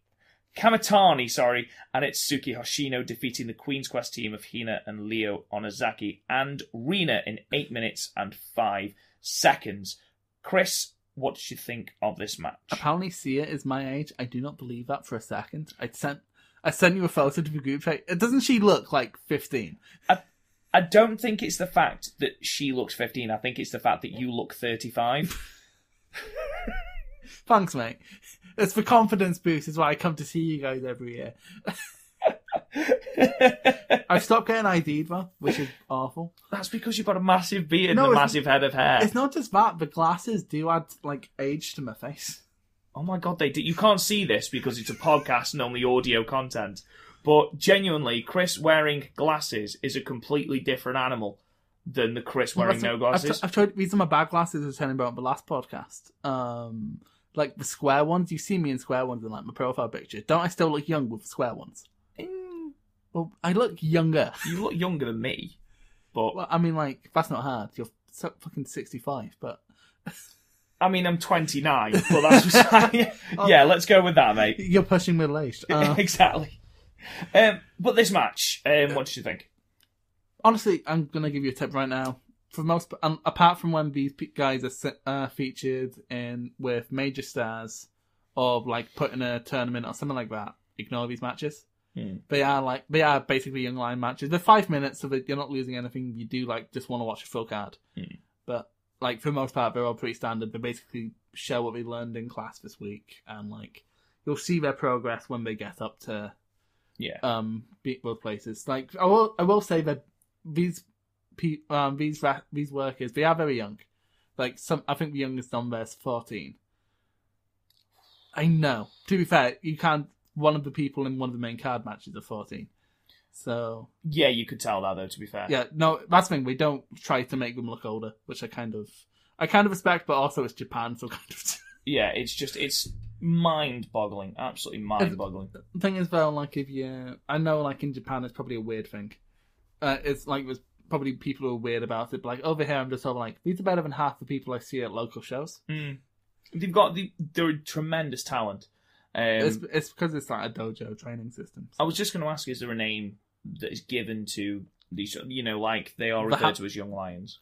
B: Kamatani, sorry, and it's Suki Hoshino defeating the Queen's Quest team of Hina and Leo Onozaki and Rina in 8 minutes and 5 seconds. Chris, what did you think of this match?
C: Apparently, Sia is my age. I do not believe that for a second. I sent. I sent you a photo to the group chat. Doesn't she look like 15?
B: I don't think it's the fact that she looks 15. I think it's the fact that you look 35.
C: Thanks, mate. It's for confidence boost. Is why I come to see you guys every year. I've stopped getting ID'd, though, which is awful.
B: That's because you've got a massive beard
C: No,
B: and a
C: it's-
B: massive head of hair.
C: It's not just that. The glasses do add like age to my face.
B: Oh my god, they did. You can't see this because it's a podcast and only audio content. But genuinely, Chris wearing glasses is a completely different animal than the Chris wearing no
C: I've-
B: glasses.
C: I've, I've tried. These are my bad glasses. I was telling you about on the last podcast. Um, like the square ones. You see me in square ones in like my profile picture. Don't I still look young with square ones?
B: Mm,
C: Well, I look younger.
B: You look younger than me, but
C: Well, I mean, like that's not hard. You're so fucking sixty-five, but
B: I mean, I'm 29. But that's beside- yeah. Let's go with that, mate.
C: you're pushing middle-aged. Oh. Uh,
B: exactly. Um, but this match, um, what did you think?
C: honestly, I'm gonna give you a tip right now. For most, um, apart from when these pe- guys are se- uh, featured in with major stars, of like putting a tournament or something like that, ignore these matches.
B: Hmm.
C: They are like they are basically young line matches. They're five minutes, so that you're not losing anything. You do like just want to watch a full card,
B: Hmm.
C: but like for the most part, they're all pretty standard. They basically show what they learned in class this week, and like you'll see their progress when they get up to
B: Yeah.
C: um beat both places. Like I will, I will say that these pe- um these ra- these workers they are very young. Like some, I think the youngest on there is fourteen. I know. To be fair, you can't. One of the people in one of the main card matches are fourteen. So
B: Yeah, you could tell that though. To be fair,
C: yeah, no, that's the thing. We don't try to make them look older, which I kind of, I kind of respect, but also it's Japan, so kind of.
B: yeah. It's just it's mind-boggling, absolutely mind-boggling.
C: The thing is though, like if you, I know, like in Japan, it's probably a weird thing. Uh, it's like there's probably people who are weird about it. But like over here, I'm just sort of like these are better than half the people I see at local shows.
B: Mm. They've got the, they're a tremendous talent. Um,
C: it's it's because it's like a dojo training system.
B: I was just going to ask: Is there a name that is given to these? You know, like they are
C: The
B: referred
C: ha-
B: to as young lions.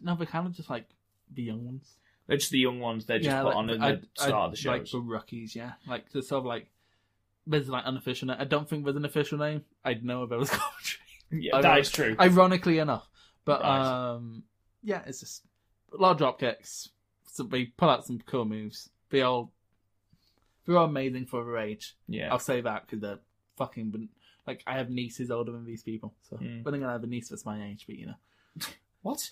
C: No, they're kind of just like the young ones.
B: They're just the young ones. They're just put on at the start of the shows.
C: Like the rookies, yeah. Like the sort of like there's like unofficial. na- I don't think there's an official name. I'd know if there was commentary.
B: yeah,
C: I
B: that
C: don't-
B: is true.
C: ironically enough. But
B: Right.
C: um, yeah, it's just a lot of drop kicks. So they pull out some cool moves. They all they're all amazing for their age.
B: yeah,
C: I'll say that because they're fucking. But like, I have nieces older than these people, so
B: Mm.
C: but I'm gonna have a niece that's my age. But you know,
B: what?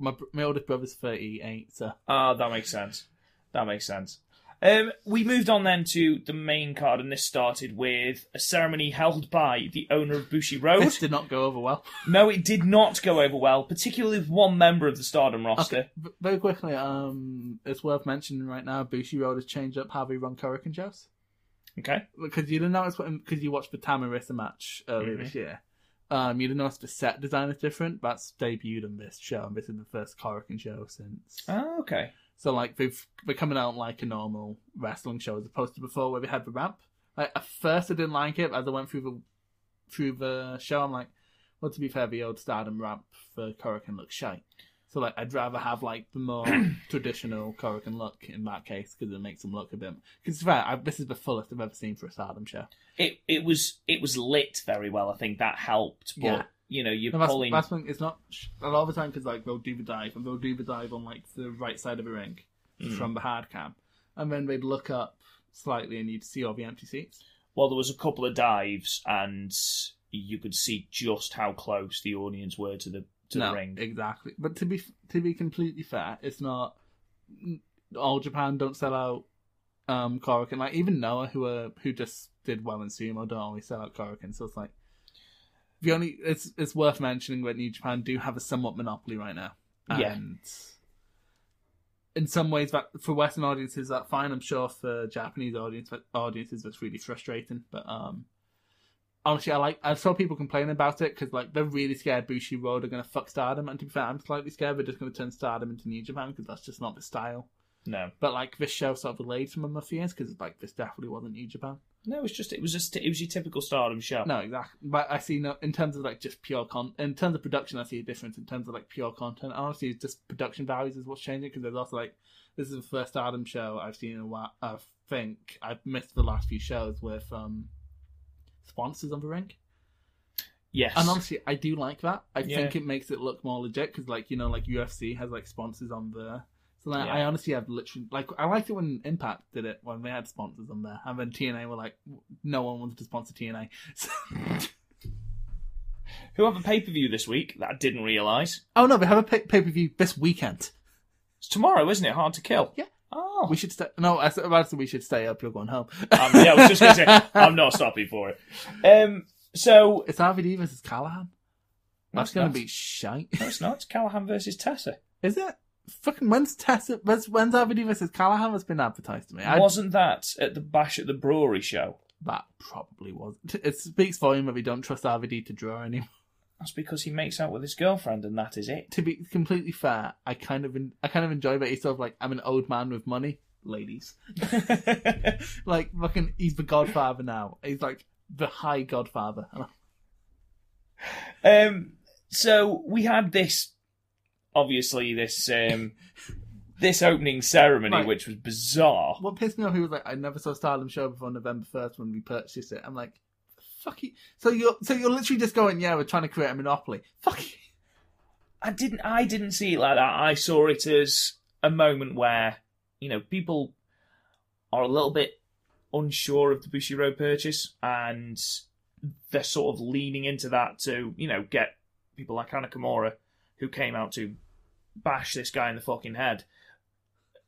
C: my br- my oldest brother's thirty eight, so
B: Ah, that makes sense. That makes sense. Um, we moved on then to the main card, and this started with a ceremony held by the owner of Bushi Road.
C: This did not go over well.
B: no, it did not go over well, particularly with one member of the Stardom roster.
C: V- Very quickly, um, it's worth mentioning right now. Bushi Road has changed up how we run Korakuen shows
B: Okay.
C: because you didn't notice because you watched the Tamarissa match earlier this year. Um, you didn't notice the set design is different. That's debuted on this show, and this is the first Korakuen show since.
B: Oh, okay.
C: So like they've they're coming out like a normal wrestling show as opposed to before where we had the ramp. Like at first I didn't like it, but as I went through the through the show, I'm like, well, to be fair, the old Stardom ramp for Korakuen looks shite. So like I'd rather have like the more traditional Korakuen look in that case because it makes them look a bit. Because fair, I, this is the fullest I've ever seen for a Stardom show.
B: It it was it was lit very well. I think that helped. But
C: Yeah.
B: you know, you're
C: No, that's,
B: pulling.
C: that's when it's not sh- a lot of the time because like they'll do the dive and they'll do the dive on like the right side of the ring
B: Mm.
C: from the hard cam, and then they'd look up slightly and you'd see all the empty seats.
B: Well, there was a couple of dives, and you could see just how close the audience were to the to
C: no,
B: the ring.
C: exactly. But to be f- to be completely fair, it's not n- all Japan don't sell out um Korakuen. Like even Noah, who uh, who just did well in sumo, don't always sell out Korakuen. So it's like the only it's it's worth mentioning that New Japan do have a somewhat monopoly right now.
B: Yeah.
C: And in some ways, that for Western audiences, that's fine. I'm sure for Japanese audience audiences, that's really frustrating. But um, honestly, I like I saw people complaining about it because like they're really scared Bushi Road are going to fuck Stardom, and to be fair, I'm slightly scared they're just going to turn Stardom into New Japan because that's just not the style.
B: No,
C: But like this show sort of allayed some of my fears because like this definitely wasn't New Japan.
B: no, it was just it was just it was your typical Stardom show.
C: No, exactly. But I see no in terms of like just pure con. In terms of production, I see a difference. In terms of like pure content, honestly, it's just production values is what's changing because there's also like this is the first Adam show I've seen in a while. I think I've missed the last few shows with um sponsors on the ring.
B: Yes,
C: And honestly, I do like that. I
B: Yeah.
C: think it makes it look more legit because, like, you know, like UFC has like sponsors on there. So like,
B: Yeah.
C: I honestly have literally like I liked it when Impact did it when they had sponsors on there, and then TNA were like, no one wanted to sponsor TNA. So-
B: who have a pay per view this week that I didn't realise.
C: oh no, they have a pay per view this weekend.
B: It's tomorrow, isn't it? Hard to kill.
C: Yeah.
B: Oh,
C: We should stay. No, I said, I said we should stay up. You're going home.
B: um, yeah. I was just gonna say I'm not stopping for it. Um. So
C: It's RVD versus Callahan. That's
B: it's
C: gonna
B: not.
C: be shite.
B: No, it's not. It's Callahan versus Tessa.
C: Is it? Fucking when's Tessa? When's, when's RVD versus Callahan? Has been advertised to me. I
B: Wasn't that at the Bash at the Brewery show?
C: That probably was. It speaks volume that we don't trust RVD to draw anymore.
B: That's because he makes out with his girlfriend, and that is it.
C: To be completely fair, I kind of en- I kind of enjoy that he's sort of like I'm an old man with money, ladies. like fucking, he's the Godfather now. He's like the high Godfather. And I'm-
B: um, so we had this, obviously this um, this opening ceremony,
C: Right.
B: which was bizarre.
C: What pissed me off, he was like, I never saw Stardom show before November first when we purchased it. I'm like, fuck you. So you're so you're literally just going, yeah, we're trying to create a monopoly. Fuck you.
B: I didn't, I didn't see it like that. I saw it as a moment where you know people are a little bit unsure of the Bushi Road purchase, and they're sort of leaning into that to you know get people like Anakamura, who came out to bash this guy in the fucking head.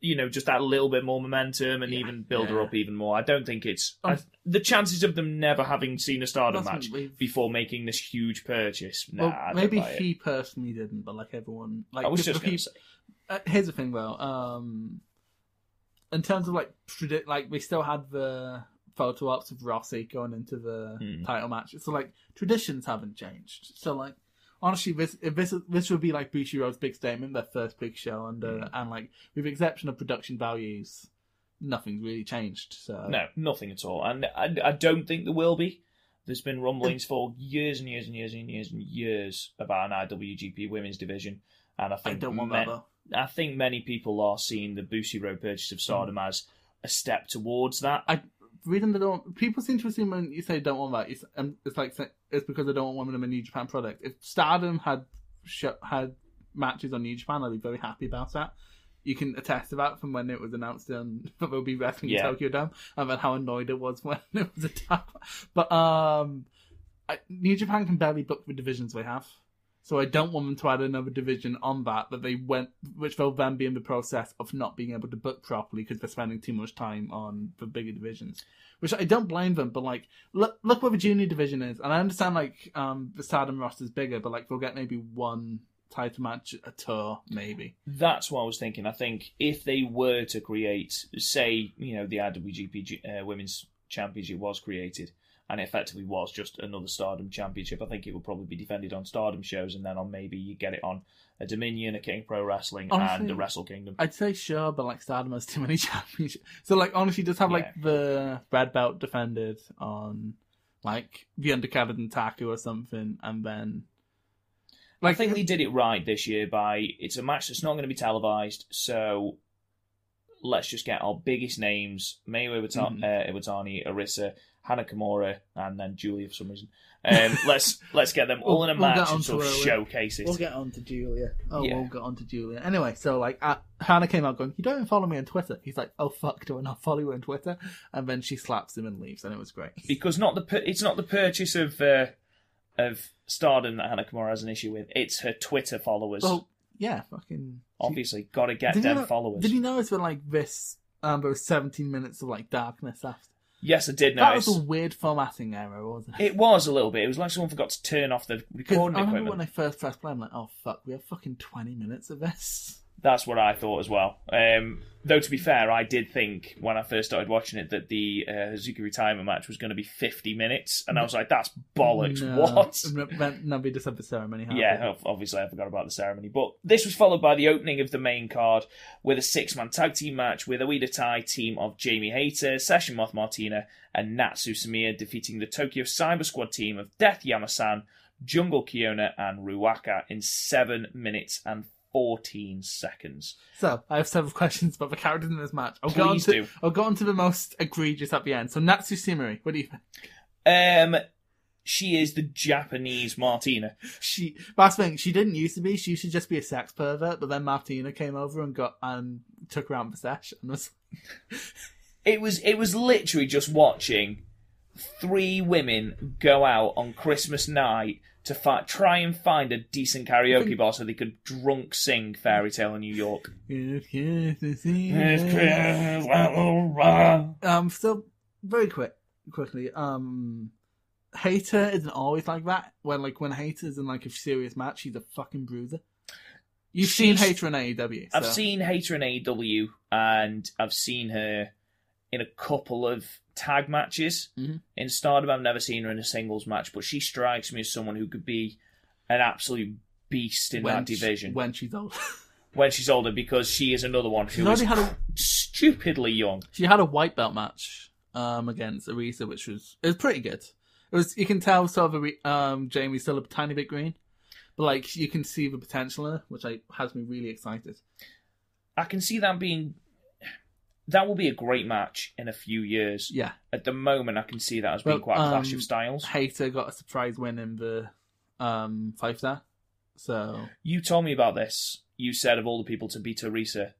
B: You know, just that little bit more momentum and
C: Yeah.
B: even build her
C: Yeah.
B: up even more. I don't think it's
C: Um,
B: I- the chances of them never having seen a Stardom
C: That's
B: match
C: what we've-
B: before making this huge purchase. Nah, I
C: well,
B: don't
C: maybe
B: buy it.
C: he personally didn't, but like everyone, like
B: I was
C: the-
B: just
C: the
B: going
C: peop-
B: to say.
C: uh, here's the thing though um in terms of like predict like we still had the photo ops of rossi going into the
B: Hmm.
C: title match so like traditions haven't changed so like honestly this if this this would be like bushiroad's big statement their first big show and uh,
B: Hmm.
C: and like with the exception of production values nothing's really changed so
B: No, nothing at all. And I, I don't think there will be. There's been rumblings for years and years and years and years and years about an IWGP women's division. And I
C: i
B: think
C: don't want
B: ma-
C: that though
B: I think many people are seeing the Boosie Road purchase of Stardom
C: Hmm.
B: as a step towards that.
C: I- The reason they don't people seem to assume when you say don't want that it's, um, it's like say- it's because they don't want women in a new japan product if stardom had sh- had matches on new japan i'd be very happy about that you can attest to that from when it was announced um, that they'll be wrestling
B: Yeah.
C: in tokyo dome and then how annoyed it was when it was a tag but um I, new japan can barely book the divisions they have So I don't want them to add another division on that that they went, which they'll then be in the process of not being able to book properly because they're spending too much time on the bigger divisions. Which I don't blame them, but like, look, look where the junior division is, and I understand like um the Stardom roster's bigger, but like they'll get maybe one title match a tour, maybe.
B: That's what I was thinking. I think if they were to create, say, you know, the IWGP uh, Women's Championship was created and effectively was just another Stardom Championship, I think it would probably be defended on Stardom shows and then on maybe you get it on a Dominion, a King Pro Wrestling,
C: Honestly,
B: and the Wrestle Kingdom.
C: I'd say sure, but like Stardom has too many championships. So like honestly, just have like the red belt defended on like the undercard and Taku or something, and then
B: I think they did it right this year by it's a match that's not going to be televised, so let's just get our biggest names: Mayu Iwata-
C: Mhm.
B: uh, Iwatani, Arisa, Hannah Kimura, and then Julia for some reason. Um, let's let's get them all in a
C: We'll- we'll
B: match
C: get
B: and sort of
C: onto her,
B: showcase it.
C: we'll get on to Julia. Oh,
B: Yeah.
C: we'll get on to Julia. Anyway, so like uh, Hannah came out going, "You don't even follow me on Twitter." He's like, "Oh fuck, do I not follow you on Twitter?" And then she slaps him and leaves, and it was great.
B: because not the pur- it's not the purchase of uh, of Stardom that Hannah Kimura has an issue with. It's her Twitter followers.
C: Well, yeah, fucking.
B: Obviously, got to get
C: Did you
B: them
C: know-
B: followers.
C: Did you notice when like this? Um, there was 17 minutes of like darkness after.
B: Yes, I did
C: That
B: notice.
C: was a weird formatting error, wasn't it?
B: It was a little bit. It was like someone forgot to turn off the
C: Because I
B: recording
C: remember
B: equipment.
C: when I first pressed play, I'm like, oh fuck, we have fucking 20 minutes of this.
B: That's what I thought as well. Um, though to be fair, I did think when I first started watching it that the uh, Hazuki retirement match was going to be 50 minutes, and I was like, "That's bollocks!
C: No.
B: What?"
C: And Then, then we just had the ceremony. happening.
B: Yeah, ob- obviously I forgot about the ceremony, but this was followed by the opening of the main card with a six-man tag team match with a Oida Tai team of Jamie Hayter, Session Moth Martina, and Natsu Samir defeating the Tokyo Cyber Squad team of Death Yamasan, Jungle Kiona, and Ruaka in seven minutes and 14 seconds.
C: So I have several questions about the characters in this match. I'll go on
B: Please
C: to,
B: do.
C: I'll go on to the most egregious at the end. So Natsu Shimori, what do you think?
B: Um, she is the Japanese Martina.
C: She last thing she didn't used to be. She used to just be a sex pervert, but then Martina came over and got and took her out for sesh and was
B: It was it was literally just watching three women go out on Christmas night to fi- try and find a decent karaoke bar so they could drunk sing Fairy Tale in New York.
C: Um, so very quick, quickly. Um, Hater isn't always like that. When like when Hater's in like a serious match, he's a fucking bruiser. You've seen
B: She's-
C: Hater in AEW. So.
B: I've seen Hater in AEW E and I've seen her in a couple of tag matches
C: Mhm.
B: in Stardom. I've never seen her in a singles match, but she strikes me as someone who could be an absolute beast in that
C: she-
B: division when,
C: when she's old.
B: she's older because she is another one
C: she's
B: who is
C: already had a
B: stupidly young.
C: she had a white belt match um against Arisa, which was it was pretty good. It was you can tell sort of Ari- um Jamie's still a tiny bit green, but like you can see the potential in her, which I, has me really excited.
B: I can see that being that will be a great match in a few years.
C: Yeah.
B: At the moment, I can see that as being
C: Well,
B: quite a clash
C: um,
B: of styles.
C: Hater got a surprise win in the um, five star. So
B: You told me about this. You said of all the people to beat Teresa,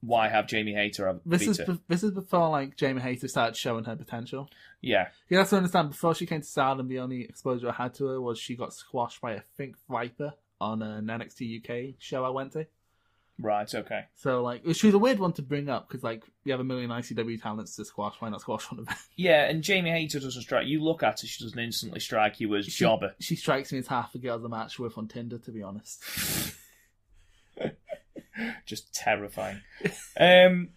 B: why have Jamie Hayter have
C: this
B: beat
C: is
B: her?
C: be- this is before like Jamie Hater started showing her potential.
B: Yeah,
C: You have to understand before she came to Stardom, the only exposure I had to her was she got squashed by I think Viper on an NXT UK show I went to.
B: right, okay.
C: So like she was a weird one to bring up because like we have a million ICW talents to squash. Why not squash one of them?
B: Yeah, and Jamie Hayter doesn't strike you. Look at her; she doesn't instantly strike you as jobber.
C: She strikes me as half a girl the match with on Tinder, to be honest.
B: Just terrifying. um,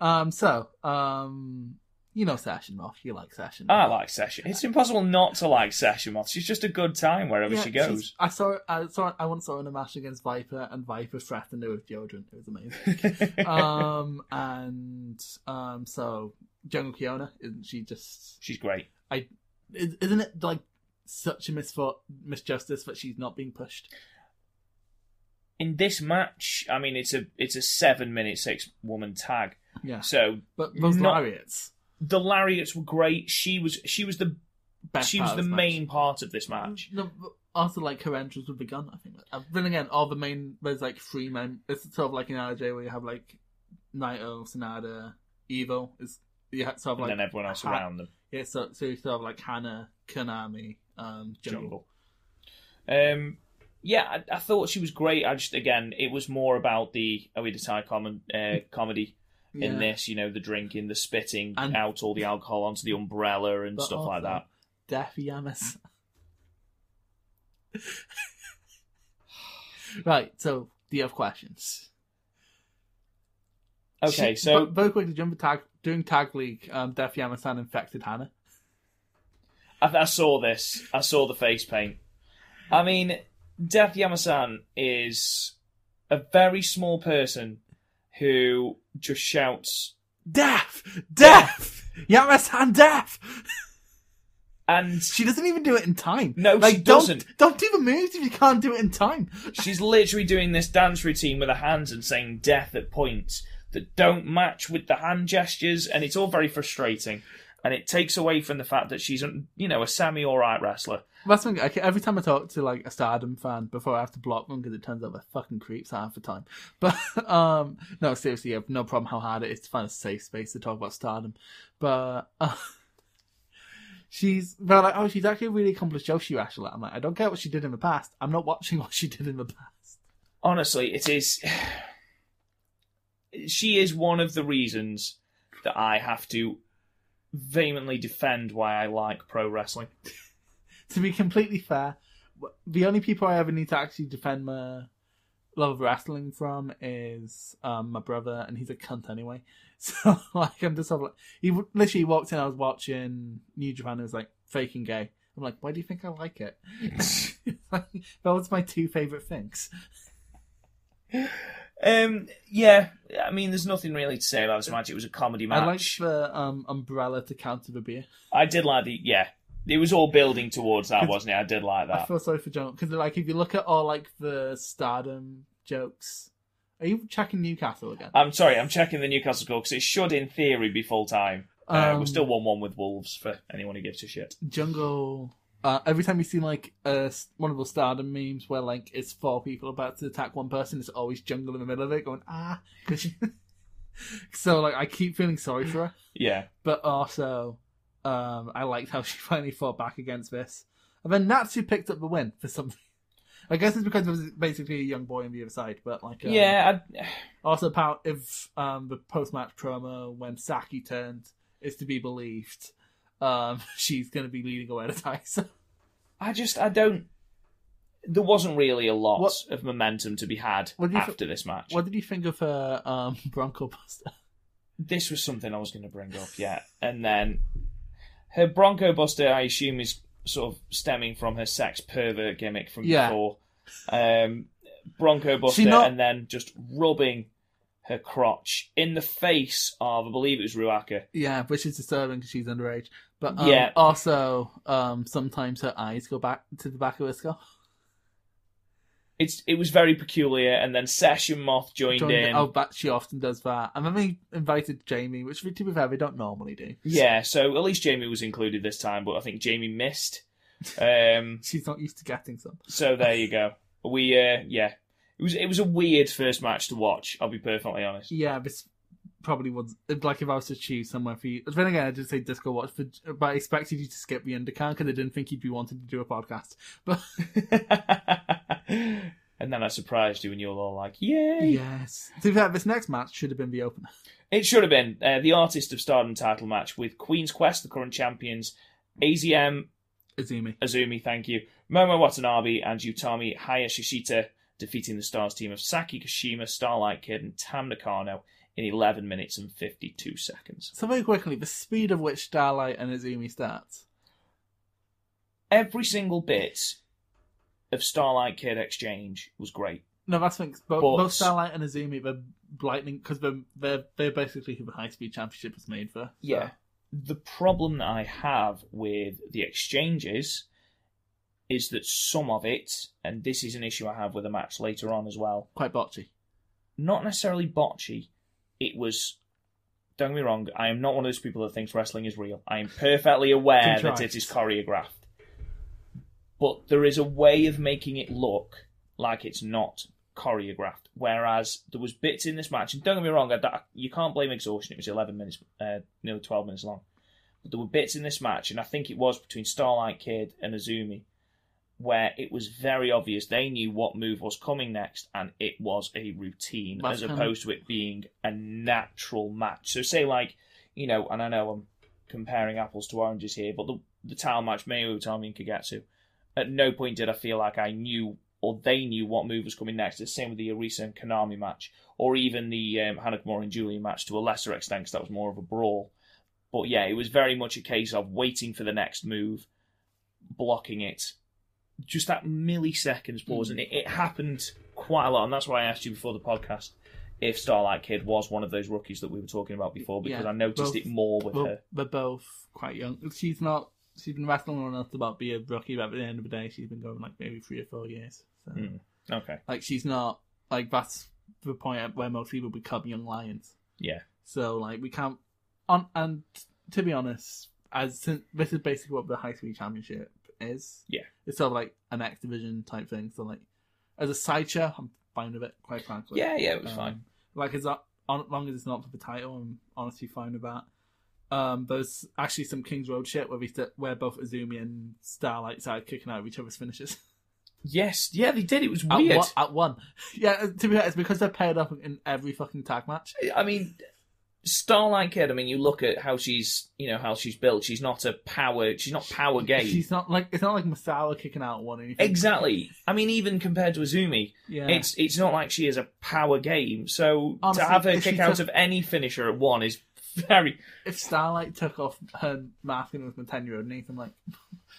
C: Um, so um, you know Session Moth, you like Session.
B: I like Session. It's impossible not to like Session Moth. She's just a good time wherever
C: Yeah,
B: she
C: she's-
B: goes.
C: I saw, I saw, I once saw her in a match against Viper, and Viper threatened her with deodorant. It was amazing. um, and um, so Jungle Kiona, isn't she just?
B: She's great.
C: is- Isn't it like such a misfor- misjustice that she's not being pushed?
B: in this match, I mean, it's a it's a seven minute six woman tag.
C: Yeah,
B: So
C: but those
B: Not-
C: lariats.
B: the lariats were great. She was she was the
C: Best
B: she was
C: part of
B: the
C: this match.
B: main part of this match.
C: No, but also like her entrance with the gun. I think. Uh, Then again, all the main there's like three men. It's sort of like an RJ where you have like Naito, Sonada, Evil. Is you have sort of
B: and
C: like
B: then everyone else
C: ha-
B: around them.
C: Yeah, so, so you still have like Hannah, Konami, um, Jungle.
B: Jungle. Um, yeah, I, I thought she was great. I just again, it was more about the are we the Thai common uh, comedy in this, you know, the drinking, the spitting
C: And-
B: out all the alcohol onto the umbrella and
C: But
B: stuff like
C: also-
B: that.
C: Deaf Yamas. right, so do you have questions?
B: Okay,
C: She-
B: so
C: but very quickly, jump tag during tag league. Um, Def Yamasan infected Hannah.
B: I, I saw this. I saw the face paint. I mean, Death Yamasan is a very small person who just shouts,
C: Def, Def, Yamasan, Def.
B: and
C: She doesn't even do it in time.
B: No,
C: like
B: she
C: don't
B: doesn't.
C: don't do the moves if you can't do it in time.
B: she's literally doing this dance routine with her hands and saying death at points that don't match with the hand gestures, and it's all very frustrating. And it takes away from the fact that she's, a- you know, a semi alright wrestler.
C: That's when, like, every time I talk to like a Stardom fan before I have to block them because it turns out they're fucking creeps half the time. But um, no, seriously, I have no problem how hard it is to find a safe space to talk about Stardom. But uh, she's they're like, oh, she's actually a really accomplished Joshi wrestler. I'm like, I don't care what she did in the past. I'm not watching what she did in the past.
B: honestly, it is. she is one of the reasons that I have to vehemently defend why I like pro wrestling.
C: To be completely fair, w- the only people I ever need to actually defend my love of wrestling from is um, my brother, and he's a cunt anyway. So like, I'm just sort of like, he w- literally walked in. I was watching New Japan. and was like faking gay. I'm like, why do you think I like it? that was my two favorite things.
B: Um, yeah, I mean, there's nothing really to say about this match. It was a comedy
C: I like
B: match.
C: the um, umbrella to counter the beer.
B: I did like the yeah. It was all building towards that, wasn't it? I did like
C: I
B: that.
C: feel sorry for John because like if you look at all like the Stardom jokes, are you checking Newcastle again?
B: I'm sorry, I'm checking the Newcastle goal because it should, in theory, be full time. Uh,
C: Um,
B: we're still one-one with Wolves for anyone who gives a shit.
C: jungle. Uh, every time you see like a s one of those stardom memes where like it's four people about to attack one person, it's always jungle in the middle of it going ah. 'cause she- so like I keep feeling sorry for her,
B: Yeah,
C: but also um, I liked how she finally fought back against this, and then Natsu picked up the win for something. I guess it's because it was basically a young boy on the other side, but like um,
B: yeah. I,
C: Also, apparent- if um, the post-match promo when Saki turned is to be believed, um, she's going to be leading away to Tyson.
B: I just I don't. There wasn't really a lot
C: What-
B: of momentum to be had
C: What do you
B: after this match.
C: What did you think of her um, Bronco Buster?
B: This was something I was going to bring up, yeah. And then her Bronco Buster, I assume, is sort of stemming from her sex pervert gimmick from
C: Yeah.
B: before. Um, Bronco Buster,
C: not-
B: and then just rubbing her crotch in the face of, I believe it was Ruaka.
C: Yeah, which is disturbing because she's underage. But um,
B: Yeah.
C: also, um, sometimes her eyes go back to the back of her skull.
B: It's it was very peculiar, and then Session Moth joined,
C: Joined-
B: in.
C: Oh, but she often does that. And then we invited Jamie, which to be fair, we don't normally do.
B: Yeah, so at least Jamie was included this time, but I think Jamie missed. Um,
C: She's not used to getting some.
B: So there you go. We uh, yeah, it was it was a weird first match to watch. I'll be perfectly honest.
C: Yeah, this probably was like if I was to choose somewhere for you. But then again, I did say Disco Watch, but, but I expected you to skip the undercard because I didn't think you'd be wanting to do a podcast. But
B: and then I surprised you, and you were all like, "Yay!"
C: yes, to be fair, this next match should have been the opener.
B: It should have been uh, the Artist of Stardom title match with Queen's Quest, the current champions, AZM
C: Izumi.
B: Azumi, thank you, Momo Watanabe, and Utami Hayashishita defeating the Stars team of Saki Kashima, Starlight Kid, and Tam Nakano in 11 minutes and 52 seconds.
C: So very quickly, the speed of which Starlight and Izumi starts.
B: Every single bit of Starlight Kid exchange was great.
C: No, that's things. Both,
B: But-
C: both Starlight and Izumi, they're lightning because they're, they're they're basically who the high speed championship was made for. so.
B: Yeah. The problem that I have with the exchanges is that some of it, and this is an issue I have with a match later on as well,
C: quite botchy.
B: not necessarily botchy. It was. Don't get me wrong, I am not one of those people that thinks wrestling is real. I am perfectly aware that it
C: Contrived.
B: is choreographed. But there is a way of making it look like it's not choreographed. Whereas there was bits in this match, and don't get me wrong, I, that, you can't blame exhaustion. It was 11 minutes, uh, nearly 12 minutes long. But there were bits in this match, and I think it was between Starlight Kid and Azumi, where it was very obvious they knew what move was coming next and it was a routine
C: That's
B: as
C: kind of-
B: opposed to it being a natural match. So say like, you know, and I know I'm comparing apples to oranges here, but the the towel match Mayu Utami and Kagetsu, at no point did I feel like I knew or they knew what move was coming next. The same with the Arisa and Konami match, or even the um, Hanakamura and Julia match to a lesser extent, because that was more of a brawl. But yeah, it was very much a case of waiting for the next move, blocking it. Just that milliseconds pause, and it, it happened quite a lot. And that's why I asked you before the podcast if Starlight Kid was one of those rookies that we were talking about before, because
C: Yeah,
B: I noticed
C: both-
B: it more with
C: Well,
B: her.
C: they're both quite young. She's not. She's been wrestling long enough to about be a rookie, but at the end of the day, she's been going like maybe three or four years. So,
B: Mm. Okay.
C: Like she's not like that's the point at where most people become young lions.
B: Yeah.
C: So like we can't. On and to be honest, as since this is basically what the high speed championship is.
B: Yeah.
C: It's sort of like an X division type thing. So like as a side show, I'm fine with it. Quite frankly.
B: Yeah, yeah, it was
C: Um,
B: fine.
C: Like as lo- on- long as it's not for the title, I'm honestly fine with that. Um, there's actually some Kings Road shit where we st- where both Azumi and Starlight started kicking out of each other's finishes.
B: Yes, yeah, they did. It was
C: at,
B: weird.
C: one, at one, yeah. uh, To be fair, it's because they're paired up in every fucking tag match.
B: I mean, Starlight Kid. I mean, you look at how she's, you know, how she's built. She's not a power. She's not power gay.
C: She's not like it's not like Masala kicking out one. Or anything.
B: exactly. I mean, even compared to Azumi,
C: Yeah.
B: it's it's not like she is a power game. So
C: Honestly,
B: to have her
C: if she
B: kick out
C: took-
B: of any finisher at one is very.
C: if Starlight took off her mask and was my ten year old niece, I'm like,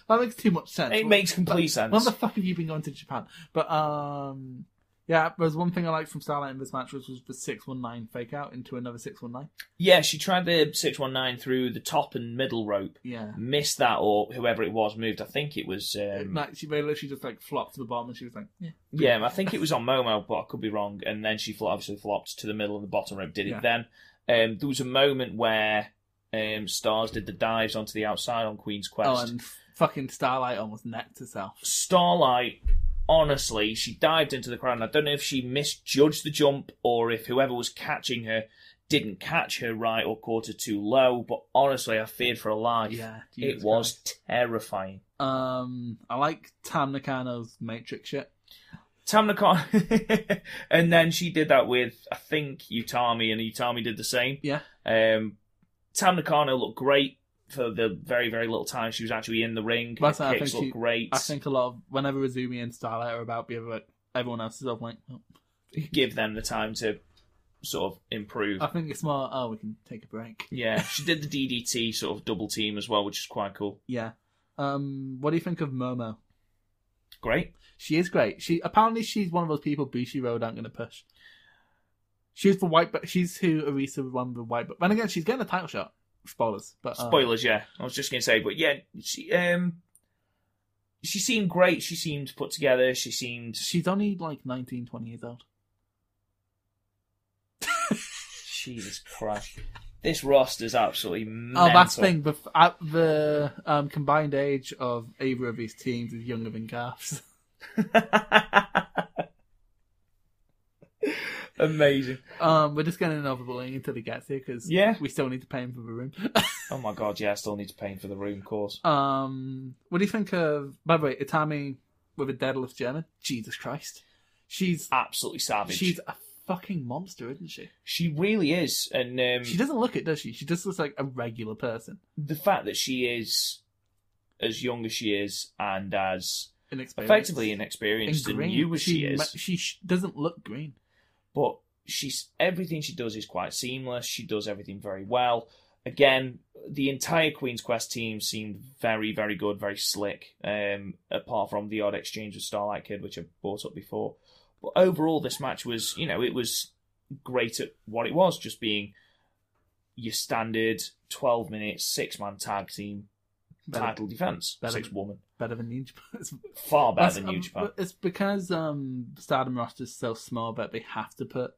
C: that makes too much sense.
B: It
C: Well,
B: makes complete sense.
C: When the fuck have you been going to Japan? But um, yeah, there was one thing I liked from Starlight in this match, which was the six one nine fake out into another six one nine.
B: yeah, she tried the six one nine through the top and middle rope.
C: Yeah,
B: Missed that, or whoever it was moved. I think it was. Um,
C: like she they literally just like flopped to the bottom, and she was like, yeah,
B: Yeah, I think it was on Momo, but I could be wrong. And then she flo- obviously flopped to the middle and the bottom rope. Did it
C: Yeah.
B: then? Um, there was a moment where um, Stars did the dives onto the outside on Queen's Quest.
C: oh, and fucking Starlight almost necked herself.
B: Starlight, honestly, she dived into the crowd. And I don't know if she misjudged the jump or if whoever was catching her didn't catch her right or caught her too low. But honestly, I feared for her life.
C: Yeah,
B: it
C: Jesus
B: was terrifying.
C: Christ. Um, I like Tam Nakano's Matrix shit.
B: Tam Nakano, and then she did that with I think Utami, and Utami did the same.
C: Yeah.
B: Um, Tam Nakano looked great for the very very little time she was actually in the ring.
C: That's
B: Her
C: it, I
B: kicks
C: think
B: looked
C: she-
B: great.
C: I think a lot of whenever Izumi and Starlight are about, the other everyone else is off like. oh.
B: Give them the time to sort of improve.
C: I think it's more. Oh, we can take a break.
B: yeah, she did the DDT sort of double team as well, which is quite cool.
C: Yeah. Um, what do you think of Momo?
B: Great.
C: She is great. She apparently she's one of those people Bushi Road aren't going to push. She's the white, but she's who Arisa won the white. But then again, she's getting a title shot. Spoilers, but uh,
B: Spoilers, yeah. I was just gonna say, but yeah, she um, she seemed great. She seemed put together. She seemed
C: She's only like 19, 20 years old.
B: Jesus Christ. This roster's absolutely mental.
C: Oh, that's the thing. The f- at the um, combined age of either of these teams is younger than Gaff's.
B: Amazing.
C: Um, we're just getting another bullying until he gets here because
B: Yeah.
C: we still need to pay him for the room.
B: Oh my god, yeah, I still need to pay him for the room course.
C: Um, what do you think of? By the way, Itami with a deadlift German. Jesus Christ, she's
B: Absolutely savage.
C: she's a fucking monster, isn't she?
B: she really is. And um,
C: She doesn't look it, does she? She just looks like a regular person,
B: the fact that she is as young as she is and as
C: inexperienced,
B: effectively inexperienced and, new as she, is,
C: ma- She sh- doesn't look green.
B: but she's everything she does is quite seamless. She does everything very well. Again, the entire Queen's Quest team seemed very, very good, very slick. Um, apart from the odd exchange with Starlight Kid, which I brought up before. But overall, this match was, you know, it was great at what it was, just being your standard twelve minute six man tag team
C: Better-
B: title defense,
C: better-
B: six woman,
C: Better than New Japan. It's,
B: far better
C: that's-
B: than New
C: um,
B: Japan.
C: but It's because um, Stardom roster's so small that they have to put.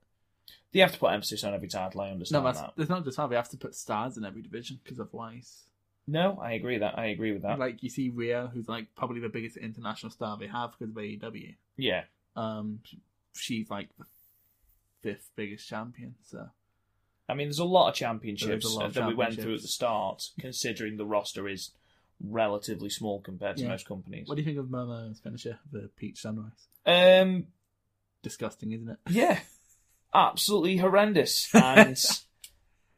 B: They have to put emphasis on every title. I understand
C: No, that's,
B: that.
C: it's not just how they have to put stars in every division because otherwise.
B: No, I agree that. I agree with that.
C: Like you see Rhea, who's like probably the biggest international star they have because of AEW.
B: yeah.
C: Um, sh- she's like the fifth biggest champion. So
B: I mean, there's a lot of championships
C: There is a lot of
B: that we went through at
C: championships.
B: the start, considering the roster is relatively small compared to
C: Yeah.
B: most companies.
C: What do you think of Momo's finisher, the Peach Sunrise?
B: Um,
C: Disgusting, isn't it?
B: yeah, absolutely horrendous. And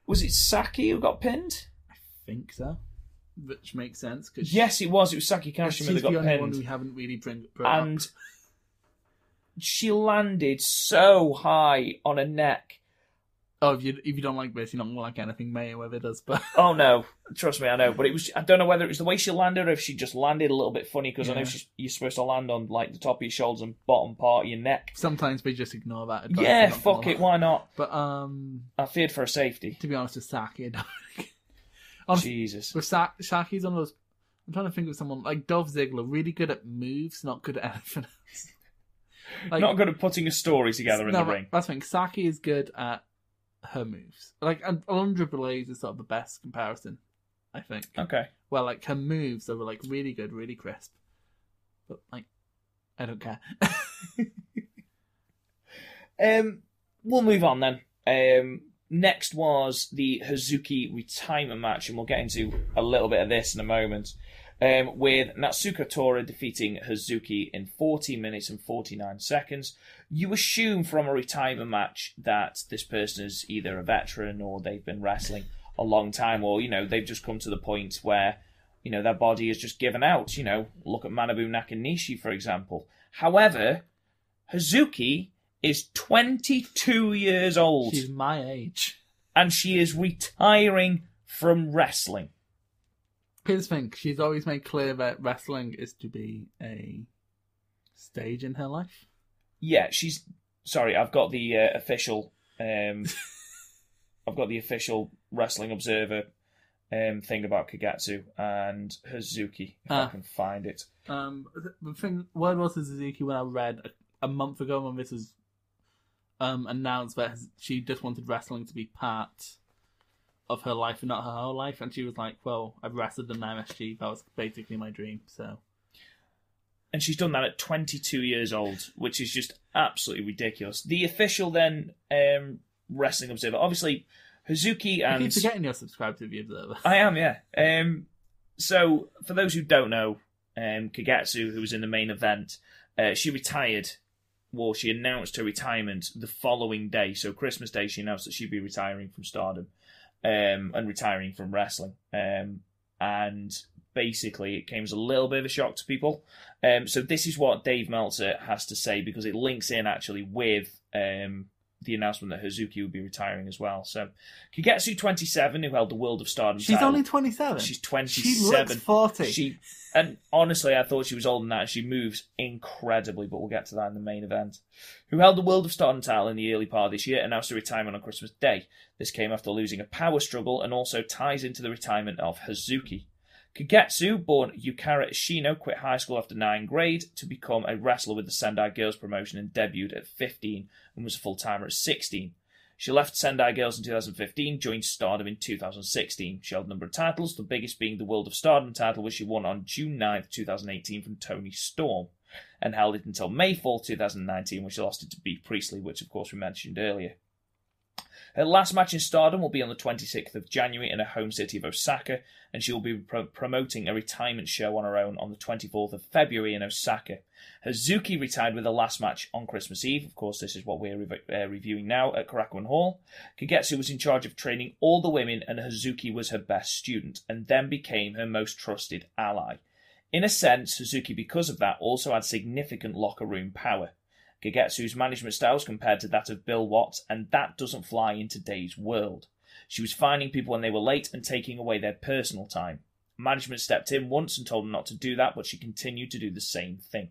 B: was it Saki who got pinned?
C: Think so. Which makes sense because
B: Yes, it was. It was Saki
C: she's
B: Kashima
C: the
B: that
C: only
B: got
C: one we
B: pinned,
C: haven't really bring, brought
B: and
C: up.
B: she landed so high on her neck.
C: Oh, if you if you don't like this, you're not gonna like anything Mayweather does. But
B: Oh no, trust me, I know. But it was—I don't know whether it was the way she landed or if she just landed a little bit funny because I know
C: Yeah.
B: she's, you're supposed to land on like the top of your shoulders and bottom part of your neck.
C: sometimes we just ignore that. advice. We're
B: yeah,
C: not
B: fuck
C: gonna
B: it, why not?
C: But um,
B: I feared for her safety.
C: to be honest, with Saki, honestly,
B: Jesus.
C: with Sa- Saki's one of those. I'm trying to think of someone like Dolph Ziggler, really good at moves, not good at anything else. Like,
B: not good at putting a story together in
C: no,
B: the
C: but
B: ring.
C: That's the thing. Saki is good at her moves. Like, and Alundra Blaze is sort of the best comparison, I think.
B: Okay.
C: Where like her moves are like really good, really crisp. But like, I don't care.
B: Um, we'll move on then. Um, next was the Hazuki retirement match, and we'll get into a little bit of this in a moment. Um, with Natsuka Tora defeating Hazuki in 14 minutes and 49 seconds. You assume from a retirement match that this person is either a veteran or they've been wrestling a long time, or, you know, they've just come to the point where, you know, their body has just given out. You know, look at Manabu Nakanishi, for example. However, Hazuki is 22 years old
C: She's my age.
B: and she is retiring from wrestling.
C: Here's the thing. She's always made clear that wrestling is to be a stage in her life.
B: Yeah, she's sorry. I've got the uh, official. Um, I've got the official Wrestling Observer um, thing about Kagetsu and Hazuki. If
C: Ah.
B: I can find it.
C: Um, th- the thing, word was to Suzuki when I read a, a month ago when this was um, announced that his- she just wanted wrestling to be part of her life and not her whole life, and she was like, "Well, I've wrestled in MSG. That was basically my dream." So
B: and she's done that at 22 years old, which is just absolutely ridiculous. The official then um, Wrestling Observer, obviously Hazuki
C: I keep
B: and
C: forgetting you're subscribed to the Observer.
B: I am, yeah. Um, so for those who don't know, um, Kagetsu, who was in the main event, uh, she retired. Well, she announced her retirement the following day, so Christmas Day, she announced that she'd be retiring from Stardom um, and retiring from wrestling. Um, and basically, it came as a little bit of a shock to people. Um, so this is what Dave Meltzer has to say because it links in actually with um, the announcement that Hazuki would be retiring as well. So Kagetsu, 27, who held the World of Stardom
C: She's
B: title.
C: only twenty-seven.
B: She's
C: she
B: 27.
C: looks forty.
B: She and honestly, I thought she was older than that. She moves incredibly, but we'll get to that in the main event. Who held the World of Stardom title in the early part of this year announced her retirement on Christmas Day. This came after losing a power struggle and also ties into the retirement of Hazuki. Kagetsu, born Yukara Ishino, quit high school after ninth grade to become a wrestler with the Sendai Girls promotion and debuted at 15 and was a full timer at 16. She left Sendai Girls in 2015, joined Stardom in 2016. She held a number of titles, the biggest being the World of Stardom title, which she won on June 9th, 2018, from Tony Storm, and held it until May 4th, 2019, when she lost it to B Priestley, which of course we mentioned earlier. Her last match in Stardom will be on the 26th of January in her home city of Osaka, and she will be pro- promoting a retirement show on her own on the 24th of February in Osaka. Hazuki retired with her last match on Christmas Eve. Of course, this is what we're rev- uh, reviewing now at Karakuen Hall. Kagetsu was in charge of training all the women, and Hazuki was her best student, and then became her most trusted ally. In a sense, Suzuki, because of that, also had significant locker room power. Kagetsu's management style was compared to that of Bill Watts, and that doesn't fly in today's world. She was finding people when they were late and taking away their personal time. Management stepped in once and told them not to do that, but she continued to do the same thing.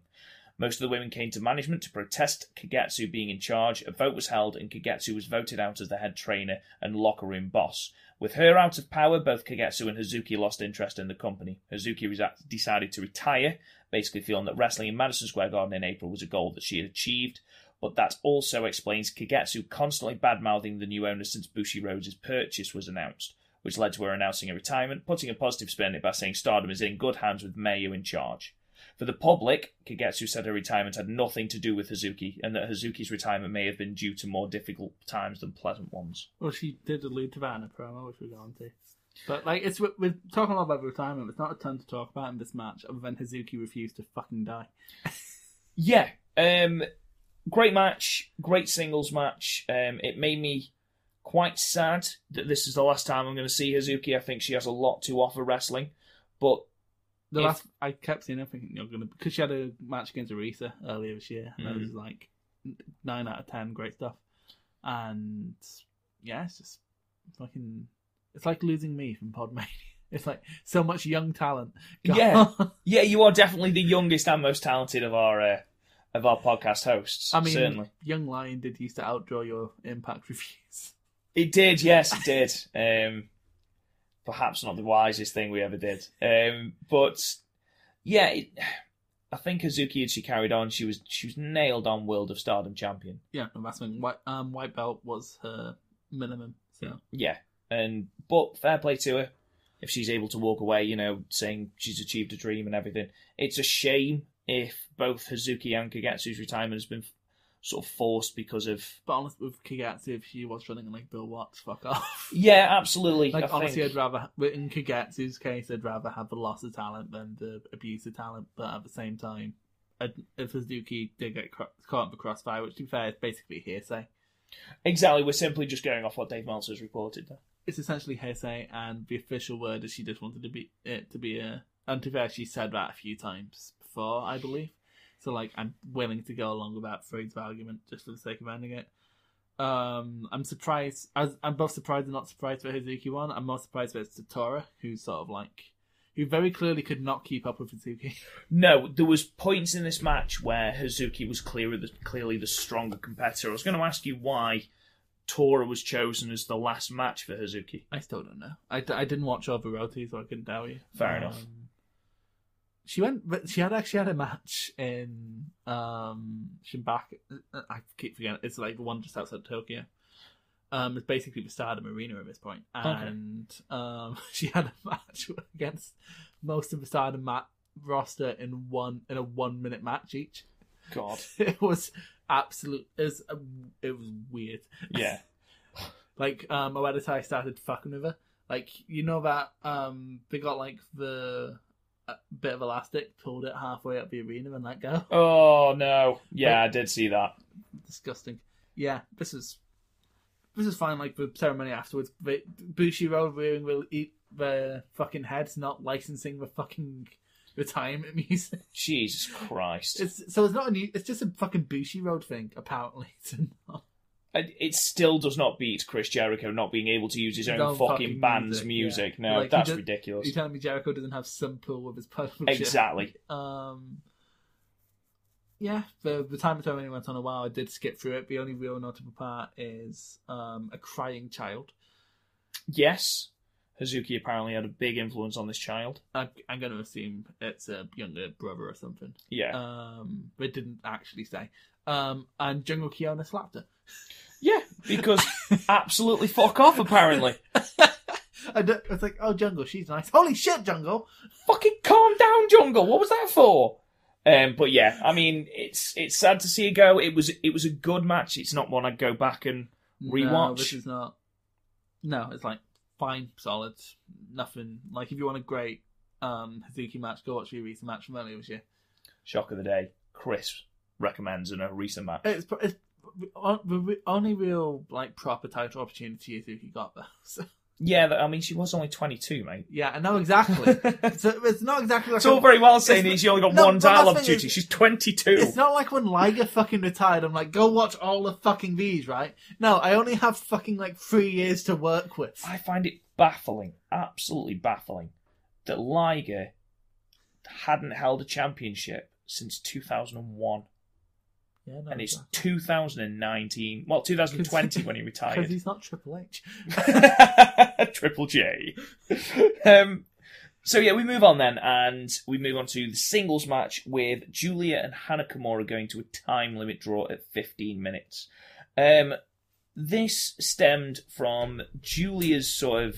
B: Most of the women came to management to protest Kagetsu being in charge. A vote was held, and Kagetsu was voted out as the head trainer and locker room boss. With her out of power, both Kagetsu and Hazuki lost interest in the company. Hazuki resi- decided to retire, basically feeling that wrestling in Madison Square Garden in April was a goal that she had achieved. But that also explains Kagetsu constantly bad mouthing the new owner since Bushi Rhodes' purchase was announced, which led to her announcing a retirement, putting a positive spin on it by saying Stardom is in good hands with Mayu in charge. For the public, Kagetsu said her retirement had nothing to do with Hazuki, and that Hazuki's retirement may have been due to more difficult times than pleasant ones.
C: Well, she did allude to that in a promo, which we're going to. But like, it's we're, we're talking a lot about retirement. There's not a ton to talk about in this match, other than Hazuki refused to fucking die.
B: Yeah. Um, great match. Great singles match. Um, it made me quite sad that this is the last time I'm going to see Hazuki. I think she has a lot to offer wrestling, but
C: The
B: If-
C: last I kept seeing her thinking you're gonna because she had a match against Arisa earlier this year, and
B: Mhm.
C: it was like nine out of ten, great stuff. And yeah, it's just fucking. It's like losing me from Podmania. It's like so much young talent.
B: Yeah. yeah, you are definitely the youngest and most talented of our uh, of our podcast hosts.
C: I mean,
B: certainly
C: Young Lion did used to outdraw your Impact reviews.
B: it did. Yes, it did. Um, perhaps not the wisest thing we ever did, um, but yeah, it, I think Hazuki had she carried on. She was she was nailed on World of Stardom champion.
C: Yeah, and that's when white um white belt was her minimum. So
B: Mm. Yeah, and but fair play to her if she's able to walk away, you know, saying she's achieved a dream and everything. It's a shame if both Hazuki and Kagetsu's retirement has been sort of forced because of.
C: but honestly, with Kagetsu, if she was running like Bill Watts, fuck off.
B: Yeah, absolutely.
C: Like
B: I
C: honestly,
B: think-
C: I'd rather but in Kagetsu's case, I'd rather have the loss of talent than the abuse of talent. But at the same time, I'd, if Suzuki did get cro- caught in the crossfire, which to be fair is basically hearsay,
B: exactly. We're simply just going off what Dave Meltzer's reported. There.
C: it's essentially hearsay, and the official word is she just wanted to be it to be a. And to be fair, she said that a few times before, I believe. So like, I'm willing to go along with that Freud's argument just for the sake of ending it. Um, I'm surprised. I was, I'm both surprised and not surprised for Hazuki one. I'm more surprised by Satora, who's sort of like, who very clearly could not keep up with Hazuki.
B: No, there was points in this match where Hazuki was clearer the, clearly the stronger competitor. I was going to ask you why Tora was chosen as the last match for Hazuki.
C: I still don't know. I, d- I didn't watch over Roti, so I couldn't tell you. Um,
B: Fair enough.
C: She went, but she had actually had a match in um Shimbaki. I keep forgetting. It's like one just outside Tokyo. Um, it's basically the Stardom Arena at this point, and um, she had a match against most of the Stardom mat roster in one in a one minute match each.
B: God,
C: It was absolute. It was, it was weird.
B: yeah,
C: Like um Oeditai started fucking with her. Like you know that um they got like the uh, bit of elastic, pulled it halfway up the arena and let go.
B: Oh no! Yeah, I did see that.
C: Disgusting. Yeah, this is this is fine. Like the ceremony afterwards, but Bushiro rearing will eat their e, fucking heads, not licensing the fucking retirement music.
B: Jesus Christ! It's,
C: It's, so it's not a new. It's just a fucking Bushi Road thing, apparently. It's not.
B: it still does not beat Chris Jericho not being able to use his own
C: His own
B: fucking,
C: fucking
B: band's
C: music,
B: music.
C: yeah.
B: No,
C: Like, he
B: that's
C: did-
B: ridiculous.
C: You're telling me Jericho doesn't have some pull with his publisher?
B: Exactly.
C: Um, yeah, the the time it only went on a while. I did skip through it. The only real notable part is um, a crying child.
B: Yes, Hazuki apparently had a big influence on this child.
C: I, I'm going to assume it's a younger brother or something.
B: Yeah,
C: Um, they didn't actually say. Um, and Jungle Kiona slapped her.
B: yeah, because absolutely fuck off. Apparently,
C: I don't- it's like, oh, Jungle, she's nice. Holy shit, Jungle!
B: fucking calm down, Jungle. What was that for? Um, but yeah, I mean, it's it's sad to see it go. It was it was a good match. It's not one I'd go back and
C: No,
B: Rewatch.
C: this is not. No, it's like fine, solid, nothing. Like if you want a great um, Hazuki match, go watch the recent match from earlier this year.
B: shock of the day. Chris recommends in a recent match.
C: It's, pro- it's on- the re- only real like proper title opportunity Izuki got though. So,
B: Yeah, that- I mean, she was only 22, mate.
C: yeah, I know exactly. so it's not exactly like
B: It's all
C: when-
B: very well saying
C: It's
B: that she only got
C: no,
B: one
C: but that's
B: title
C: the thing
B: opportunity.
C: is-
B: She's 22.
C: It's not like when Liger fucking retired. I'm like, go watch all the fucking these, right? No, I only have fucking like three years to work with.
B: I find it baffling, absolutely baffling, that Liger hadn't held a championship since 2001.
C: Yeah, no,
B: And it's 2019, well, 2020 when he
C: because
B: retired.
C: he's not Triple H.
B: Triple J. um, so yeah, we move on then, and we move on to the singles match with Julia and Hannah Kimura going to a time limit draw at 15 minutes. Um, this stemmed from Julia's sort of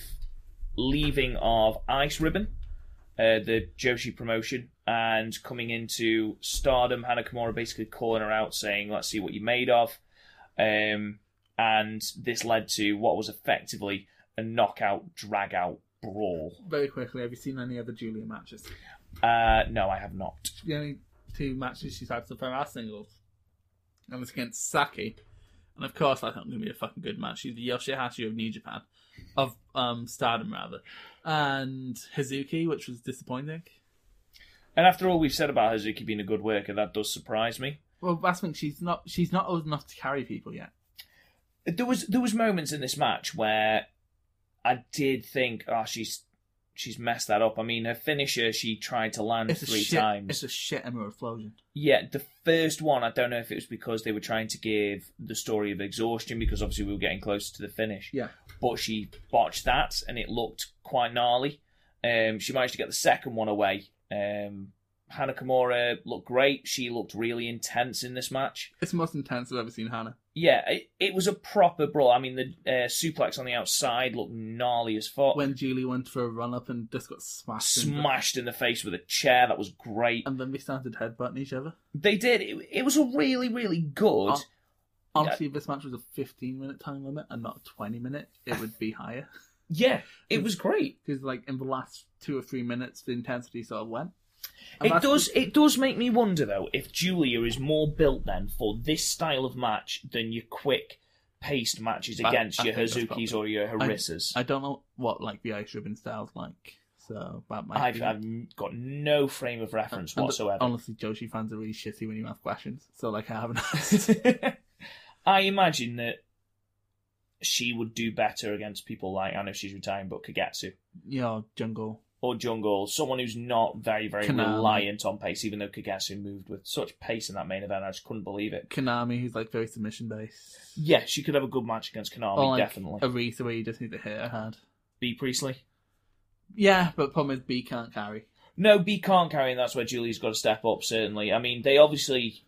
B: leaving of Ice Ribbon, uh, the Joshi promotion, and coming into Stardom. Hannah Kimura basically calling her out, saying, "Let's see what you're made of." Um, and this led to what was effectively a knockout drag out brawl.
C: Very quickly, have you seen any other Julia matches?
B: Uh, no, I have not.
C: The only two matches she's had so far are singles. And it's against Saki. And of course, I think it's going to be a fucking good match. She's the Yoshihashi of New Japan. Of um, Stardom, rather. And Hazuki, which was disappointing.
B: And after all we've said about Hazuki being a good worker, that does surprise me.
C: Well, that's when she's not she's not old enough to carry people yet.
B: There was there was moments in this match where I did think, oh, she's she's messed that up. I mean, her finisher she tried to land
C: It's a
B: three
C: shit,
B: times.
C: It's a shit Emerald Explosion.
B: Yeah, the first one, I don't know if it was because they were trying to give the story of exhaustion, because obviously we were getting closer to the finish.
C: Yeah.
B: But she botched that, and it looked quite gnarly. Um, she managed to get the second one away. Um, Hana Kimura looked great. She looked really intense in this match.
C: It's the most intense I've ever seen Hannah.
B: Yeah, it, it was a proper brawl. I mean, the uh, suplex on the outside looked gnarly as fuck.
C: When Julie went for a run up and just got smashed. in the- Um,
B: Smashed in the face with a chair. That was great.
C: and then we started headbutting each other.
B: They did. It, it was a really, really good.
C: Oh. Honestly, if this match was a 15 minute time limit and not a 20 minute, it would be higher.
B: Yeah, it was great.
C: Because, like, in the last two or three minutes, the intensity sort of went. And
B: It
C: that's-
B: does. It does make me wonder though if Julia is more built then for this style of match than your quick paced matches
C: I-
B: against
C: I
B: your
C: think that's
B: Hazukis or your
C: I-
B: Harissas.
C: I don't know what, like, the ice ribbon style's like. So, that might
B: I've,
C: be.
B: I've got no frame of reference
C: And
B: whatsoever.
C: Honestly, Joshi fans are really shitty when you have questions. So, like, I haven't asked.
B: I imagine that she would do better against people like I know she's retiring, but Kagetsu
C: you know, Jungle.
B: or Jungle, someone who's not very very
C: Konami.
B: reliant on pace. Even though Kagetsu moved with such pace in that main event, I just couldn't believe it.
C: Konami, who's, like, very submission based.
B: Yeah, she could have a good match against Konami,
C: Or, like,
B: definitely.
C: Aretha, where you just need to hit her hand.
B: B Priestley.
C: Yeah, but problem is, B can't carry.
B: No, B can't carry, and that's where Julie's got to step up. Certainly, I mean, they obviously,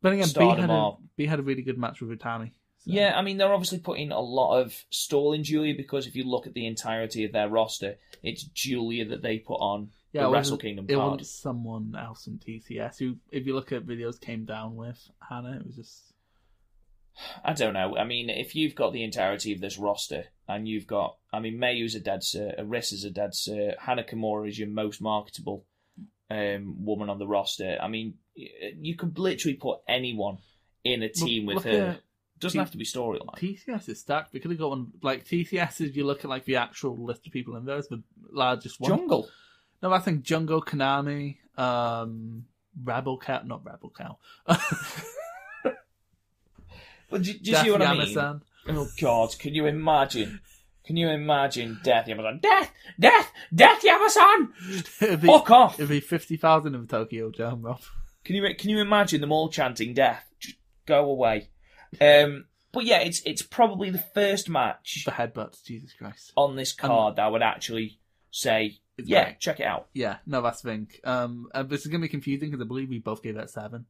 C: But again, B
B: Start
C: had,
B: them
C: a,
B: off.
C: B had a really good match with Utami. So.
B: yeah, I mean, they're obviously putting a lot of stall in Julia because if you look at the entirety of their roster, it's Julia that they put on
C: yeah,
B: the
C: it
B: Wrestle
C: wasn't-
B: Kingdom
C: It
B: card.
C: wasn't someone else from TCS who, if you look at videos, came down with Hannah. It was just
B: I don't know. I mean, if you've got the entirety of this roster and you've got, I mean, Mayu's a dead cert, Arisa's a dead cert, Hannah Kimura is your most marketable um, woman on the roster. I mean, y- you could literally put anyone in a team
C: Look-
B: with
C: look
B: her.
C: at
B: Doesn't
C: T-
B: have to be storyline.
C: TCS is stacked. We could have got one like TCS. If you look at like the actual list of people in there, it's the largest one.
B: Jungle.
C: No, I think Jungle Konami, um, Rebel Cow, not Rebel Cow.
B: Well, do, do you see what I mean?
C: Yamasan.
B: Oh God, can you imagine? Can you imagine Death Yamasan? Death, death, Death Yamasan!
C: it'd, be,
B: Fuck off!
C: it'd be fifty thousand in the Tokyo Jam, Rob.
B: Can you can you imagine them all chanting Death? Just go away. Um, but yeah, it's it's probably the first match
C: The headbutts, Jesus Christ.
B: on this card that I would actually say,
C: It's
B: yeah,
C: great.
B: check it out.
C: Yeah, no, that's the thing. Um, uh, this is gonna be confusing because I believe we both gave that seven.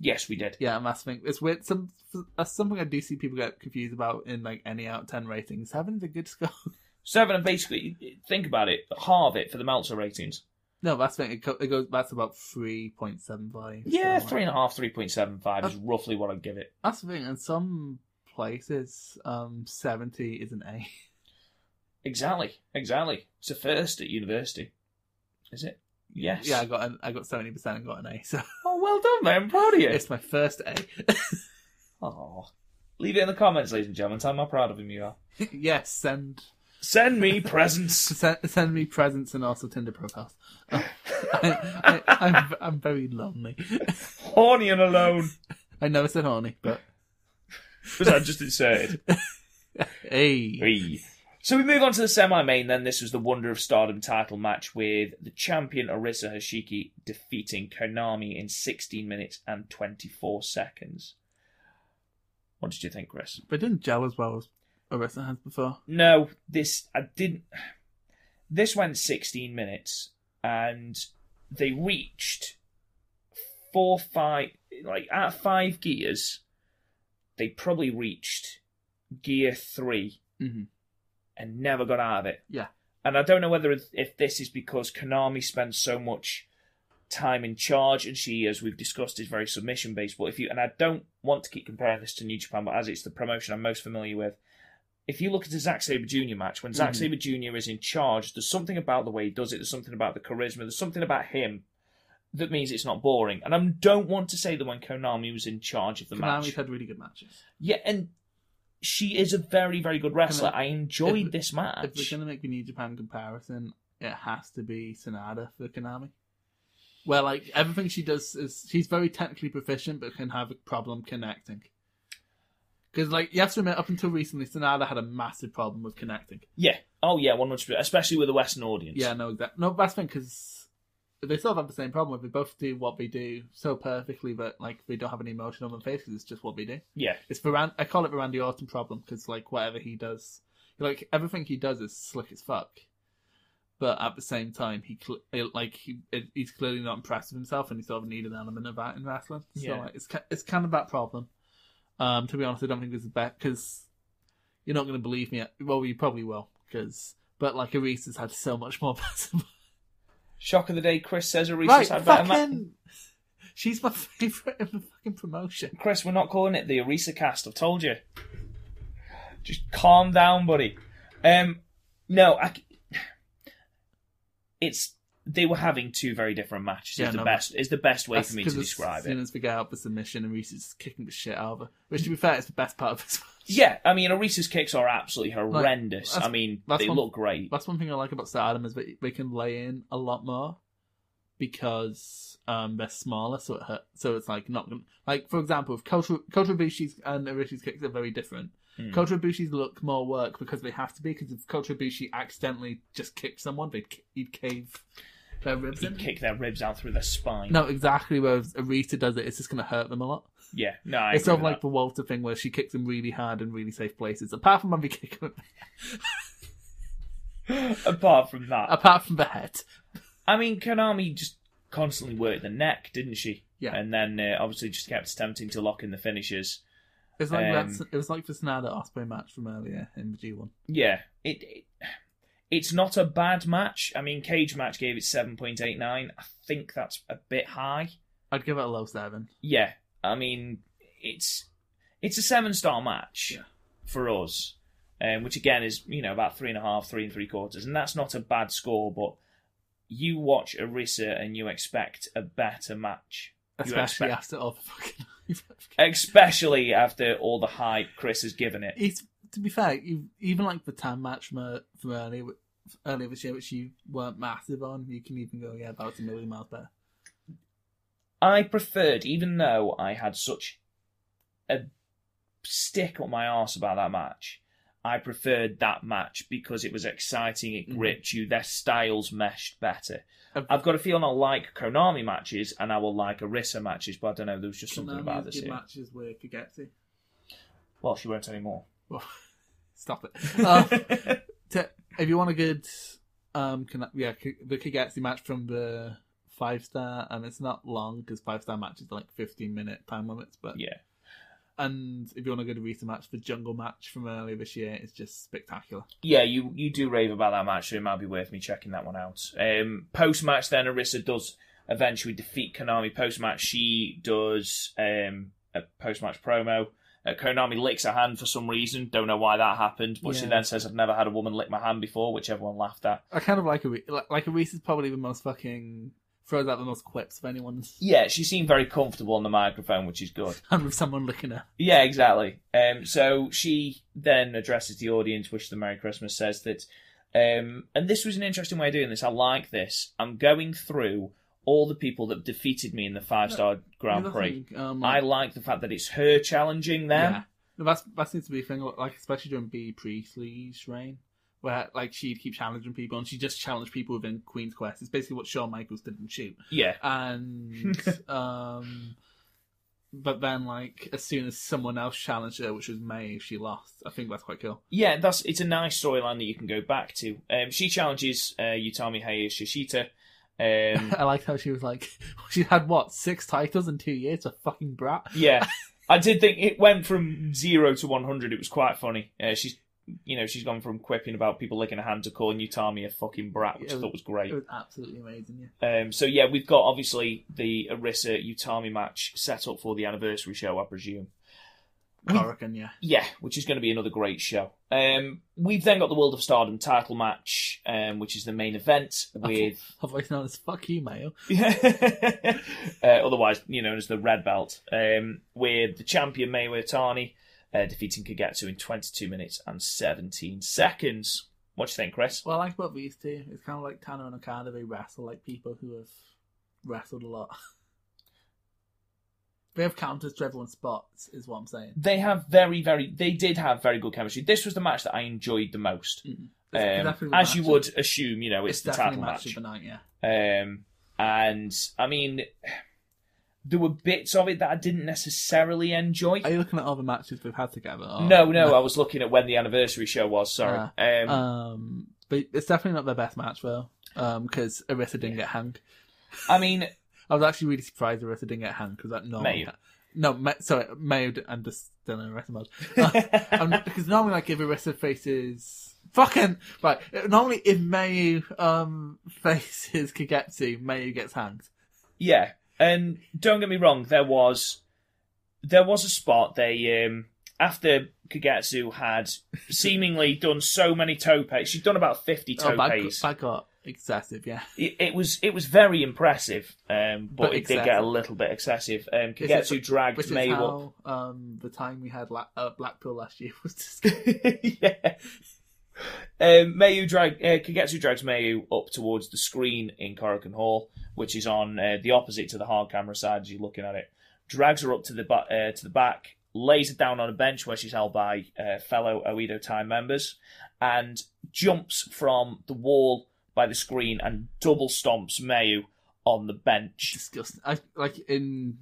B: Yes, we did.
C: Yeah, and that's thing. It's weird. Some that's something I do see people get confused about in like any out of ten ratings. Seven's a good score.
B: Seven and basically think about it, halve it for the Meltzer ratings.
C: no, that's thing. It, go, it goes. That's about three point seven five.
B: Yeah, three and a half, three point seven five is roughly what I'd give it.
C: That's the thing. In some places, um, seventy is an A.
B: Exactly, exactly. It's a first at university, is it? Yes.
C: Yeah, I got an, I got seventy percent and got an A. So
B: Oh, well done, mate. I'm proud of you.
C: it's my first A.
B: Oh. Leave it in the comments, ladies and gentlemen. Tell me how proud of him you are.
C: yes, send
B: Send me presents.
C: send send me presents and also Tinder profiles. Oh, I, I, I'm I'm very lonely.
B: Horny and alone.
C: I know it's an horny, but
B: Was I just inserted?
C: hey,
B: Hey. So we move on to the semi-main then. This was the Wonder of Stardom title match with the champion Arisa Hoshiki defeating Konami in 16 minutes and 24 seconds. What did you think, Chris?
C: but it didn't gel as well as Arista has before.
B: No, this I didn't. This went 16 minutes, and they reached four, five, like at five gears, they probably reached gear three
C: Mm-hmm.
B: and never got out of it.
C: Yeah.
B: And I don't know whether it- if this is because Konami spends so much time in charge, and she, as we've discussed, is very submission based. But if you and I don't want to keep comparing this to New Japan, but as it's the promotion I'm most familiar with, if you look at a Zack Sabre Jr. match, when Zack
C: Mhm.
B: Sabre Jr. is in charge, there's something about the way he does it, there's something about the charisma, there's something about him that means it's not boring. And I don't want to say that when Konami was in charge of the
C: Konami's
B: match.
C: had really good matches.
B: Yeah, and she is a very, very good wrestler. I enjoyed
C: If-
B: this
C: If we're
B: match.
C: going to make the New Japan comparison, it has to be Sonada for Konami. Where, like, everything she does is she's very technically proficient but can have a problem connecting. Because, like, you have to admit, up until recently, Sonada had a massive problem with connecting.
B: Yeah. Oh, yeah, 100%. Especially with a Western audience.
C: Yeah, no, exactly. No, that's thing because they sort of have the same problem. They both do what they do so perfectly that, like, they don't have any emotion on their faces. It's just what they do.
B: Yeah.
C: It's the Ran- I call it the Randy Orton problem because like whatever he does, like everything he does is slick as fuck. But at the same time, he cl- it- like he, it, he's clearly not impressed with himself, and he sort of need an element of that in wrestling. So
B: Yeah.
C: like, it's ki- it's kind of that problem. Um, to be honest, I don't think there's a bet because you're not going to believe me. Well, you probably will because. But like Aris has had so much more possible.
B: Shock of the day, Chris says Arisa's
C: right,
B: had better match.
C: fucking. She's my favorite in the fucking promotion.
B: Chris, we're not calling it the Arisa cast. I've told you. Just calm down, buddy. Um, no, I c- it's they were having two very different matches.
C: Yeah,
B: is the
C: no,
B: best is the best way
C: That's
B: for me to
C: 'cause
B: describe
C: as soon
B: it.
C: as we get out the submission and Reese is just kicking the shit out of her. Which, to be fair, is the best part of this match.
B: Yeah, I mean, Arisa's kicks are absolutely horrendous.
C: that's-
B: I mean,
C: that's
B: they
C: one-
B: look great.
C: That's one thing I like about Stardom is that they can lay in a lot more because um, they're smaller, so it hurt. So it's like not gonna, like for example, if Kota Kota Ibushi's and Arishi's kicks are very different.
B: Hmm.
C: Kota Ibushi's look more work because they have to be. Because if Kota Ibushi accidentally just kicked someone, they'd ca- he'd cave their ribs
B: They
C: in.
B: kick their ribs out through their spine.
C: No, exactly. Whereas Arisa does it, it's just going to hurt them a lot.
B: Yeah, no, I
C: it's
B: agree
C: sort of
B: with
C: like
B: that.
C: the Walter thing where she kicks him really hard in really safe places. Apart from when we kick him,
B: apart from that.
C: apart from the head.
B: I mean, Konami just constantly worked the neck, didn't she?
C: Yeah.
B: And then uh, obviously just kept attempting to lock in the finishes.
C: It's like
B: Um,
C: that, it was like the Sonata Osprey match from earlier in the G one.
B: Yeah, it, it it's not a bad match. I mean, Cage Match gave it seven point eight nine. I think that's a bit high.
C: I'd give it a low seven.
B: Yeah, I mean, it's it's a seven star match
C: Yeah.
B: for us, um, which again is you know about three and a half, three and three quarters, and that's not a bad score. But you watch Arisa and you expect a better match. You
C: Especially
B: expect-
C: after all the fucking
B: especially after all the hype Chris has given it.
C: It's to be fair, you, even like the Tan match from, uh, from earlier earlier this year, which you weren't massive on, you can even go, yeah, that was a million miles better.
B: I preferred, even though I had such a stick up my arse about that match, I preferred that match because it was exciting, it
C: Mhm.
B: gripped you, their styles meshed better.
C: Um,
B: I've got a feeling I'll like Konami matches and I will like Arisa matches, but I don't know, there was just something
C: Konami
B: about
C: has
B: this
C: good
B: here.
C: matches where you get to.
B: Well, she won't anymore.
C: Well, stop it. Um, to, if you want a good um can, yeah K- the Kagetsu match from the five star and it's not long because five star matches are like 15 minute time limits but
B: yeah.
C: and if you want a good recent match the jungle match from earlier this year is just spectacular
B: Yeah, you, you do rave about that match, so it might be worth me checking that one out. Um, post match, then Arissa does eventually defeat Konami. Post match, she does um, a post match promo. Uh, Konami licks her hand for some reason. Don't know why that happened, but she
C: Yeah.
B: then says, "I've never had a woman lick my hand before," which everyone laughed at.
C: i kind of like a Re- like, like a Reese is probably the most fucking throws out the most quips of anyone
B: Yeah, she seemed very comfortable on the microphone, which is good.
C: and with someone looking at
B: Yeah, exactly. Um, so she then addresses the audience, wishes them Merry Christmas, says that, um, and this was an interesting way of doing this. I like this. I'm going through all the people that defeated me in the five star Grand Prix.
C: um,
B: I
C: like,
B: like the fact that it's her challenging them.
C: yeah No, that's that seems to be a thing like especially during b priestley's reign where like she'd keep challenging people and she just challenged people within queen's quest it's basically what shawn michaels did in shoot
B: Yeah.
C: and um but then like as soon as someone else challenged her which was Maeve she lost I think that's quite cool
B: Yeah, that's it's a nice storyline that you can go back to. Um, she challenges uh, Utami Hayashishita. Um,
C: I liked how she was like she had what six titles in two years a fucking brat
B: Yeah, I did think it went from zero to one hundred. It was quite funny. Uh, she's, you know, she's gone from quipping about people licking her hand to calling Utami a fucking brat, which I
C: Yeah. Uh,
B: thought was
C: it
B: great.
C: was absolutely amazing yeah
B: Um, so yeah, we've got obviously the Arissa Utami match set up for the anniversary show, I presume.
C: Corican, yeah.
B: Yeah, which is going to be another great show. Um, we've then got the World of Stardom title match, um, which is the main event with,
C: Otherwise known as fuck you, Mayo.
B: uh, otherwise you know known as the Red Belt, um, with the champion Mayu Itani uh, defeating Kagetsu in 22 minutes and 17 seconds. What do you think, Chris?
C: Well, I like about these two. It's kind of like Tano and Okada. They wrestle like people who have wrestled a lot. they have counters to everyone's spots, is what I'm saying.
B: They have very, very. They did have very good chemistry. This was the match that I enjoyed the most,
C: It's
B: um,
C: definitely
B: as you
C: matchup-
B: would assume. You know, it's, the
C: definitely
B: title
C: match
B: match.
C: of the night, yeah.
B: Um, and I mean, there were bits of it that I didn't necessarily enjoy.
C: Are you looking at all the matches we've had together? Or...
B: no, no, I was looking at when the anniversary show was. Sorry. um,
C: Um, but it's definitely not their best match though, because Arisa didn't get hung.
B: I mean,
C: I was actually really surprised Arisa didn't get hung because that normally,
B: Mayu.
C: no, Ma- sorry, Mayo. d- I'm just still in Arisa mode because normally like if Arisa faces fucking right, normally if Mayu um faces Kagetsu, Mayu gets hanged.
B: yeah, and don't get me wrong, there was there was a spot they um, after Kagetsu had seemingly done so many topes. She'd done about fifty
C: Oh, that,
B: topes.
C: that got excessive, yeah.
B: it, it was it was very impressive, um, but,
C: But
B: it did get a
C: excessive.
B: little bit excessive. Um,
C: This
B: Kagetsu
C: is-
B: dragged
C: Which is
B: Mayu up.
C: how um the time we had la- uh, Blackpool last year was just
B: yeah. Um, Mayu drag uh, Kagetsu drags Mayu up towards the screen in Korakuen Hall, which is on uh, the opposite to the hard camera side as you're looking at it. Drags her up to the ba- uh, to the back, lays her down on a bench where she's held by uh, fellow Oedo Time members, and jumps from the wall by the screen and double stomps Mayu on the bench.
C: disgusting. I like in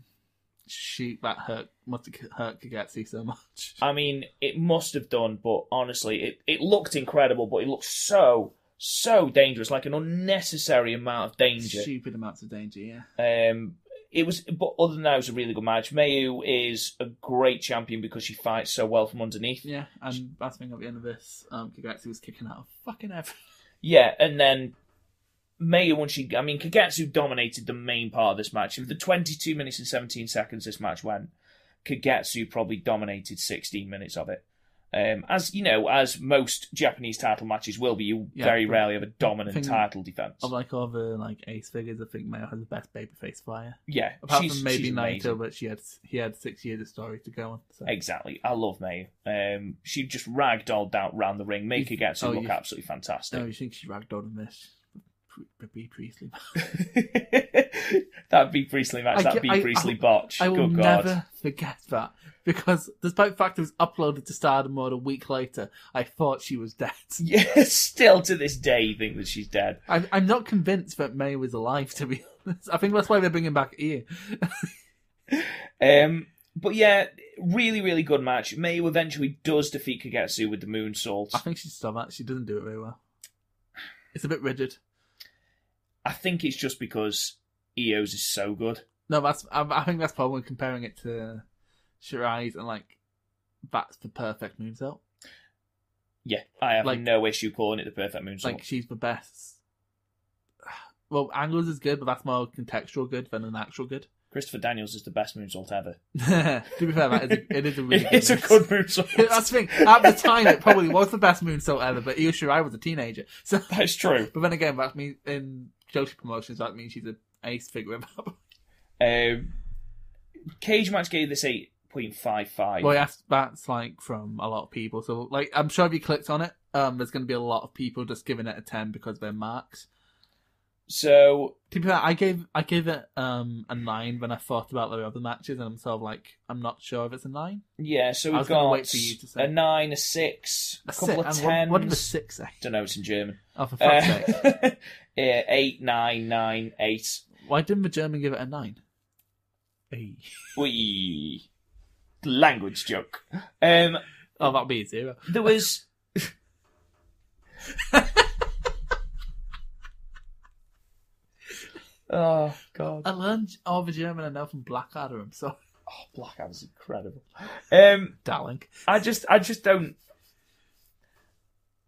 C: shoot that hurt must have hurt Kagetsu so much.
B: I mean, it must have done, but honestly, it, it looked incredible, but it looked so, so dangerous, like an unnecessary amount of danger.
C: Stupid amounts of danger, yeah.
B: Um, it was, but other than that, it was a really good match. Mayu is a great champion because she fights so well from underneath.
C: Yeah, and last thing at the end of this, um, Kagetsu was kicking out of fucking everything.
B: Yeah, and then Mayu, when she, I mean, Kagetsu dominated the main part of this match. Of the 22 minutes and 17 seconds this match went, Kagetsu probably dominated 16 minutes of it. Um, as you know, as most Japanese title matches will be, you
C: Yeah,
B: very
C: but-
B: rarely have a dominant
C: thing-
B: title defense.
C: Of like all the like ace figures, I think Mayo has the best babyface flyer.
B: yeah,
C: Apart
B: she's,
C: from maybe
B: she's
C: Naito,
B: amazing.
C: but she had he had six years of story to go on. So.
B: Exactly, I love Mayu. Um, she just ragdolled out round the ring, made
C: You-
B: Kagetsu
C: oh,
B: look
C: you-
B: absolutely fantastic.
C: No, you think she ragged on him this? B Priestley.
B: that'd be Priestley match.
C: I
B: that'd
C: get-
B: be
C: I-
B: Priestley
C: I-
B: botch.
C: I will
B: Good God.
C: never forget that because despite the fact it was uploaded to Stardom Mode a week later, I thought she was dead.
B: Yeah, still to this day, you think that she's dead.
C: I'm, I'm not convinced that May was alive, to be honest. I think that's why they're bringing back Ian.
B: Um, but yeah, really, really good match. Mayu eventually does defeat Kagetsu with the moonsault.
C: I think she's still that. She doesn't do it very well. It's a bit rigid.
B: I think it's just because Eos is so good.
C: No, that's. I, I think that's probably comparing it to Shirai's and like that's the perfect moonsault.
B: Yeah, I have
C: Like-
B: no issue calling it the perfect moonsault.
C: Like she's the best. Well, Angles is good, but that's more contextual good than an actual good.
B: Christopher Daniels is the best moonsault ever.
C: to be fair, that is a, it is a really good
B: it's a
C: moonsault.
B: good moonsault.
C: that's the thing. At the time, it probably was the best moonsault ever, but Io Shirai was a teenager, so
B: That's true.
C: But then again, that means in Joshi promotions, that means she's an ace figure. in that.
B: Um, Cage match gave this eight point five five.
C: well, yes, that's like from a lot of people. So, like, I'm sure if you clicked on it, um, there's going to be a lot of people just giving it a ten because they're marks.
B: So
C: To be fair, I gave I gave it um a nine when I thought about the other matches, and I'm sort of like, I'm not sure if it's a nine.
B: yeah, so
C: I
B: we've
C: was gonna
B: got
C: wait for you to say.
B: a nine, a six, a,
C: A
B: couple
C: six.
B: of
C: and
B: tens.
C: what, what did the six say?
B: Don't know. It's in German.
C: Oh, for fuck's
B: Uh,
C: sake!
B: yeah, eight, nine, nine, eight.
C: Why didn't the German give it a nine? Hey.
B: We language joke. Um,
C: Oh, that'd be a zero.
B: there was. oh God!
C: I learned all the German I know from Blackadder. I'm sorry,
B: Oh, Black was incredible. Um,
C: darling.
B: I just, I just don't.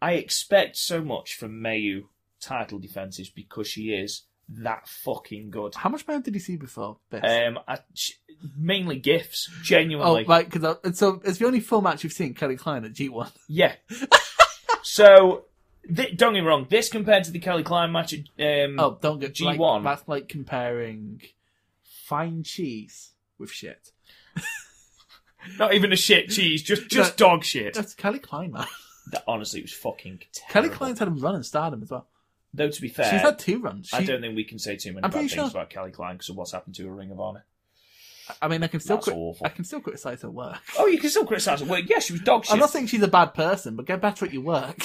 B: I expect so much from Mayu title defenses because she is that fucking good.
C: How much porn did you see before this?
B: Um, I, sh- mainly gifs,
C: oh,
B: genuinely.
C: right, because so it's the only film match you've seen Kelly Klein at G1.
B: Yeah. so, th- don't get me wrong. This compared to the Kelly Klein match, at, um,
C: Oh, don't get
B: G1.
C: like, that's like comparing fine cheese with shit.
B: not even a shit cheese, just just
C: No.
B: dog shit.
C: That's Kelly Klein, man.
B: That honestly was fucking terrible.
C: Kelly Klein's had a run in Stardom as well.
B: Though to be fair,
C: She's had two runs. She,
B: I don't think we can say too many
C: I'm
B: bad
C: pretty
B: things
C: sure-
B: about Kelly Klein because of what's happened to her Ring of Honor.
C: I mean, I can still
B: That's
C: cri-
B: awful.
C: I can still criticize her work.
B: Oh, you can still criticise her. Well, yeah, she was dog shit.
C: I'm not saying she's a bad person, but get better at your work.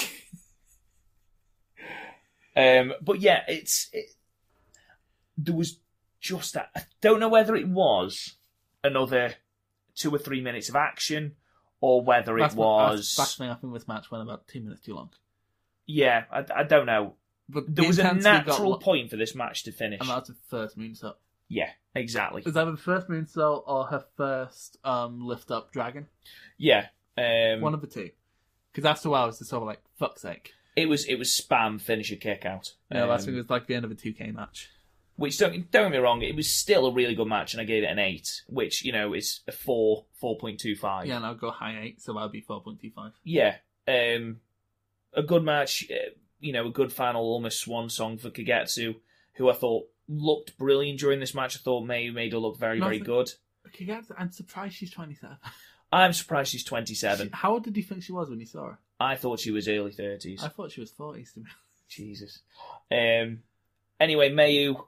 B: Um, but yeah, it's it, there was just that. I don't know whether it was another two or three minutes of action, or whether it
C: That's what-
B: was
C: That's something I think this match went about two minutes too long.
B: yeah. I, I don't know.
C: But
B: There
C: the
B: was a
C: intensity got
B: natural
C: lo-
B: point for this match to finish.
C: And that was the first moonsault.
B: Yeah, exactly.
C: Is that her first moonsault or her first um, lift up dragon?
B: Yeah, um,
C: One of the two. Because after a while, it's just sort of like, fuck's sake.
B: it was it was spam finisher kick out.
C: No,
B: Um,
C: last week was like the end of a 2K match.
B: which don't don't get me wrong, it was still a really good match, and I gave it an eight, which you know is a four four point two five.
C: Yeah, and I'll go high 8, so I'll be 4.25.
B: yeah, um, a good match. uh, You know, a good final, almost swan song for Kagetsu, who I thought looked brilliant during this match. I thought May made her look very, very
C: Nothing-
B: good.
C: Okay, guys, I'm surprised she's 27.
B: I'm surprised she's 27.
C: How old did you think she was when you saw her?
B: I thought she was early 30s.
C: I thought she was 40s to me.
B: Jesus. Um. Anyway, Mayu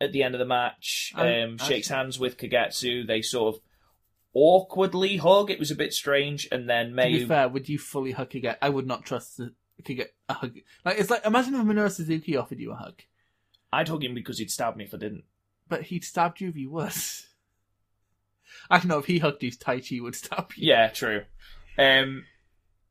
B: at the end of the match um,
C: I- I-
B: shakes hands with Kagetsu. They sort of awkwardly hug. It was a bit strange, and then
C: To be
B: Mayu.
C: fair, would you fully hug Kaget? I would not trust that Kaget a hug. Like it's like imagine if Minoru Suzuki offered you a hug,
B: I'd hug him because he'd stab me if I didn't.
C: but he'd stabbed you if you was. I know if he hugged you, Tai Chi would stab you.
B: Yeah, true. Um,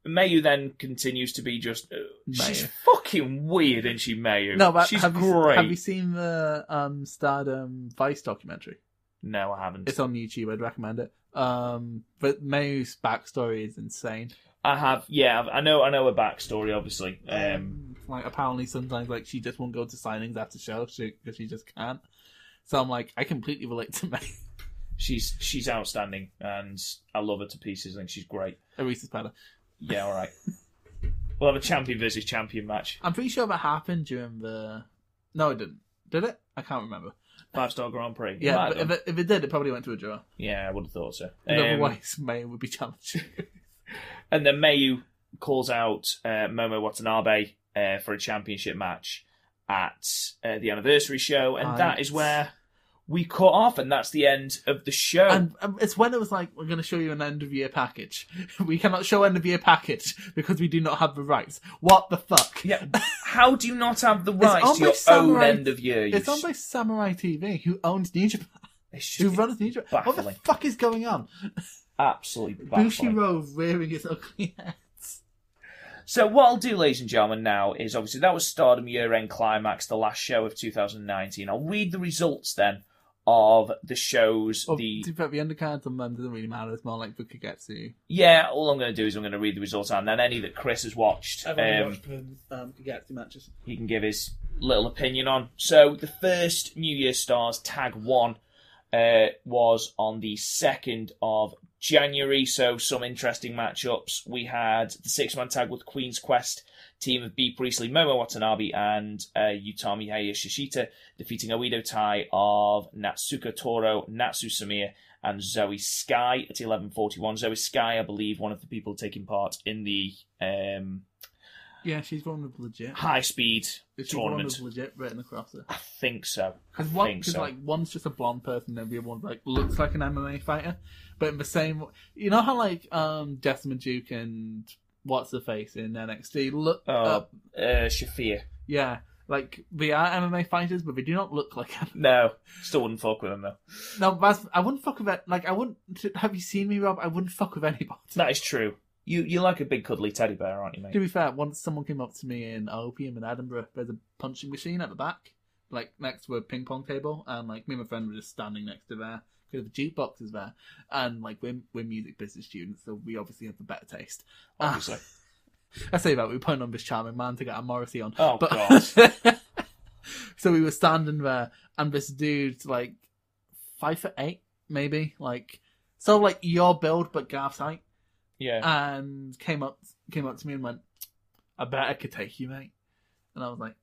B: Mayu then continues to be just. uh, she's
C: Mayu.
B: fucking weird, isn't she, Mayu?
C: No, but
B: she's
C: have you,
B: great.
C: have you seen the um, Stardom Vice documentary?
B: No, I haven't.
C: It's on YouTube. I'd recommend it. Um, but Mayu's backstory is insane.
B: I have. Yeah, I've- I know. I know her backstory, obviously. Um,
C: like apparently sometimes like she just won't go to signings after shows because she just can't. So I'm like, I completely relate to May.
B: she's she's outstanding, and I love her to pieces. I think she's great.
C: Arisa's better.
B: Yeah, all right. We'll have a champion versus champion match.
C: I'm pretty sure that happened during the. No, it didn't. Did it? I can't remember.
B: Five star Grand Prix. It might
C: Yeah,
B: have
C: but if
B: done.
C: it, if it did, it probably went to a draw.
B: yeah, I would have thought so.
C: And
B: Um,
C: Otherwise, May would be challenging.
B: and then Mayu calls out uh, Momo Watanabe uh, for a championship match at uh, the anniversary show, and
C: Right.
B: that is where we cut off, and that's the end of the show.
C: and um, it's when it was like, we're going to show you an end of year package. we cannot show end of year package because we do not have the rights. What the fuck?
B: yeah, how do you not have the
C: It's on
B: rights to
C: by
B: your
C: Samurai-
B: own end of year? You
C: It's on
B: s-
C: by Samurai TV, who owns New Japan.
B: It's
C: Who
B: just
C: runs New Japan? What the
B: baffling.
C: fuck is going on?
B: absolutely baffling.
C: Bushiro rearing his ugly head.
B: So what I'll do, ladies and gentlemen, now is obviously that was Stardom Year End Climax, the last show of 2019. I'll read the results then of the shows.
C: Well,
B: the
C: to be fair, the undercards on them doesn't really matter. It's more like Bukagetsu.
B: yeah, all I'm going to do is I'm going to read the results and then any that Chris has watched, um,
C: um, Bukagetsu matches.
B: he can give his little opinion on. So the first New Year Stars Tag One uh, was on the second of January. So some interesting matchups. We had the six-man tag with Queen's Quest team of B Priestley, Momo Watanabe, and uh, Utami Hayashishita defeating Oedo Tai of Natsuka Toro, Natsu Samir, and Zoe Sky at 11:41. Zoe Sky, I believe, one of the people taking part in the um,
C: Yeah, she's one with legit.
B: high speed
C: She's one
B: tournament.
C: with legit written across her.
B: I think so. I
C: Because one,
B: think
C: cause
B: so.
C: like one's just a blonde person, and the other one like looks like an MMA fighter, but in the same. You know how like um Decima Duke and what's the face in NXT look?
B: oh,
C: Uh,
B: uh, Shafir.
C: yeah, like they are MMA fighters, but they do not look like. MMA.
B: No, still wouldn't fuck with him though.
C: No, that's, I wouldn't fuck with that. Like I wouldn't. Have you seen me, Rob? I wouldn't fuck with anybody.
B: That is true. You you like a big cuddly teddy bear, aren't you, mate?
C: To be fair, once someone came up to me in Opium in Edinburgh, there's a punching machine at the back, like next to a ping pong table, and like me and my friend were just standing next to there because the jukebox is there, and like we're we're music business students, so we obviously have the better taste.
B: Obviously.
C: I say that we put on this charming man to get a Morrissey on.
B: Oh,
C: but...
B: God.
C: So we were standing there, and this dude, like five foot eight, maybe, like so, like your build but Garth's height,
B: Yeah.
C: and came up came up to me and went, "I bet I could take you, mate." And I was like,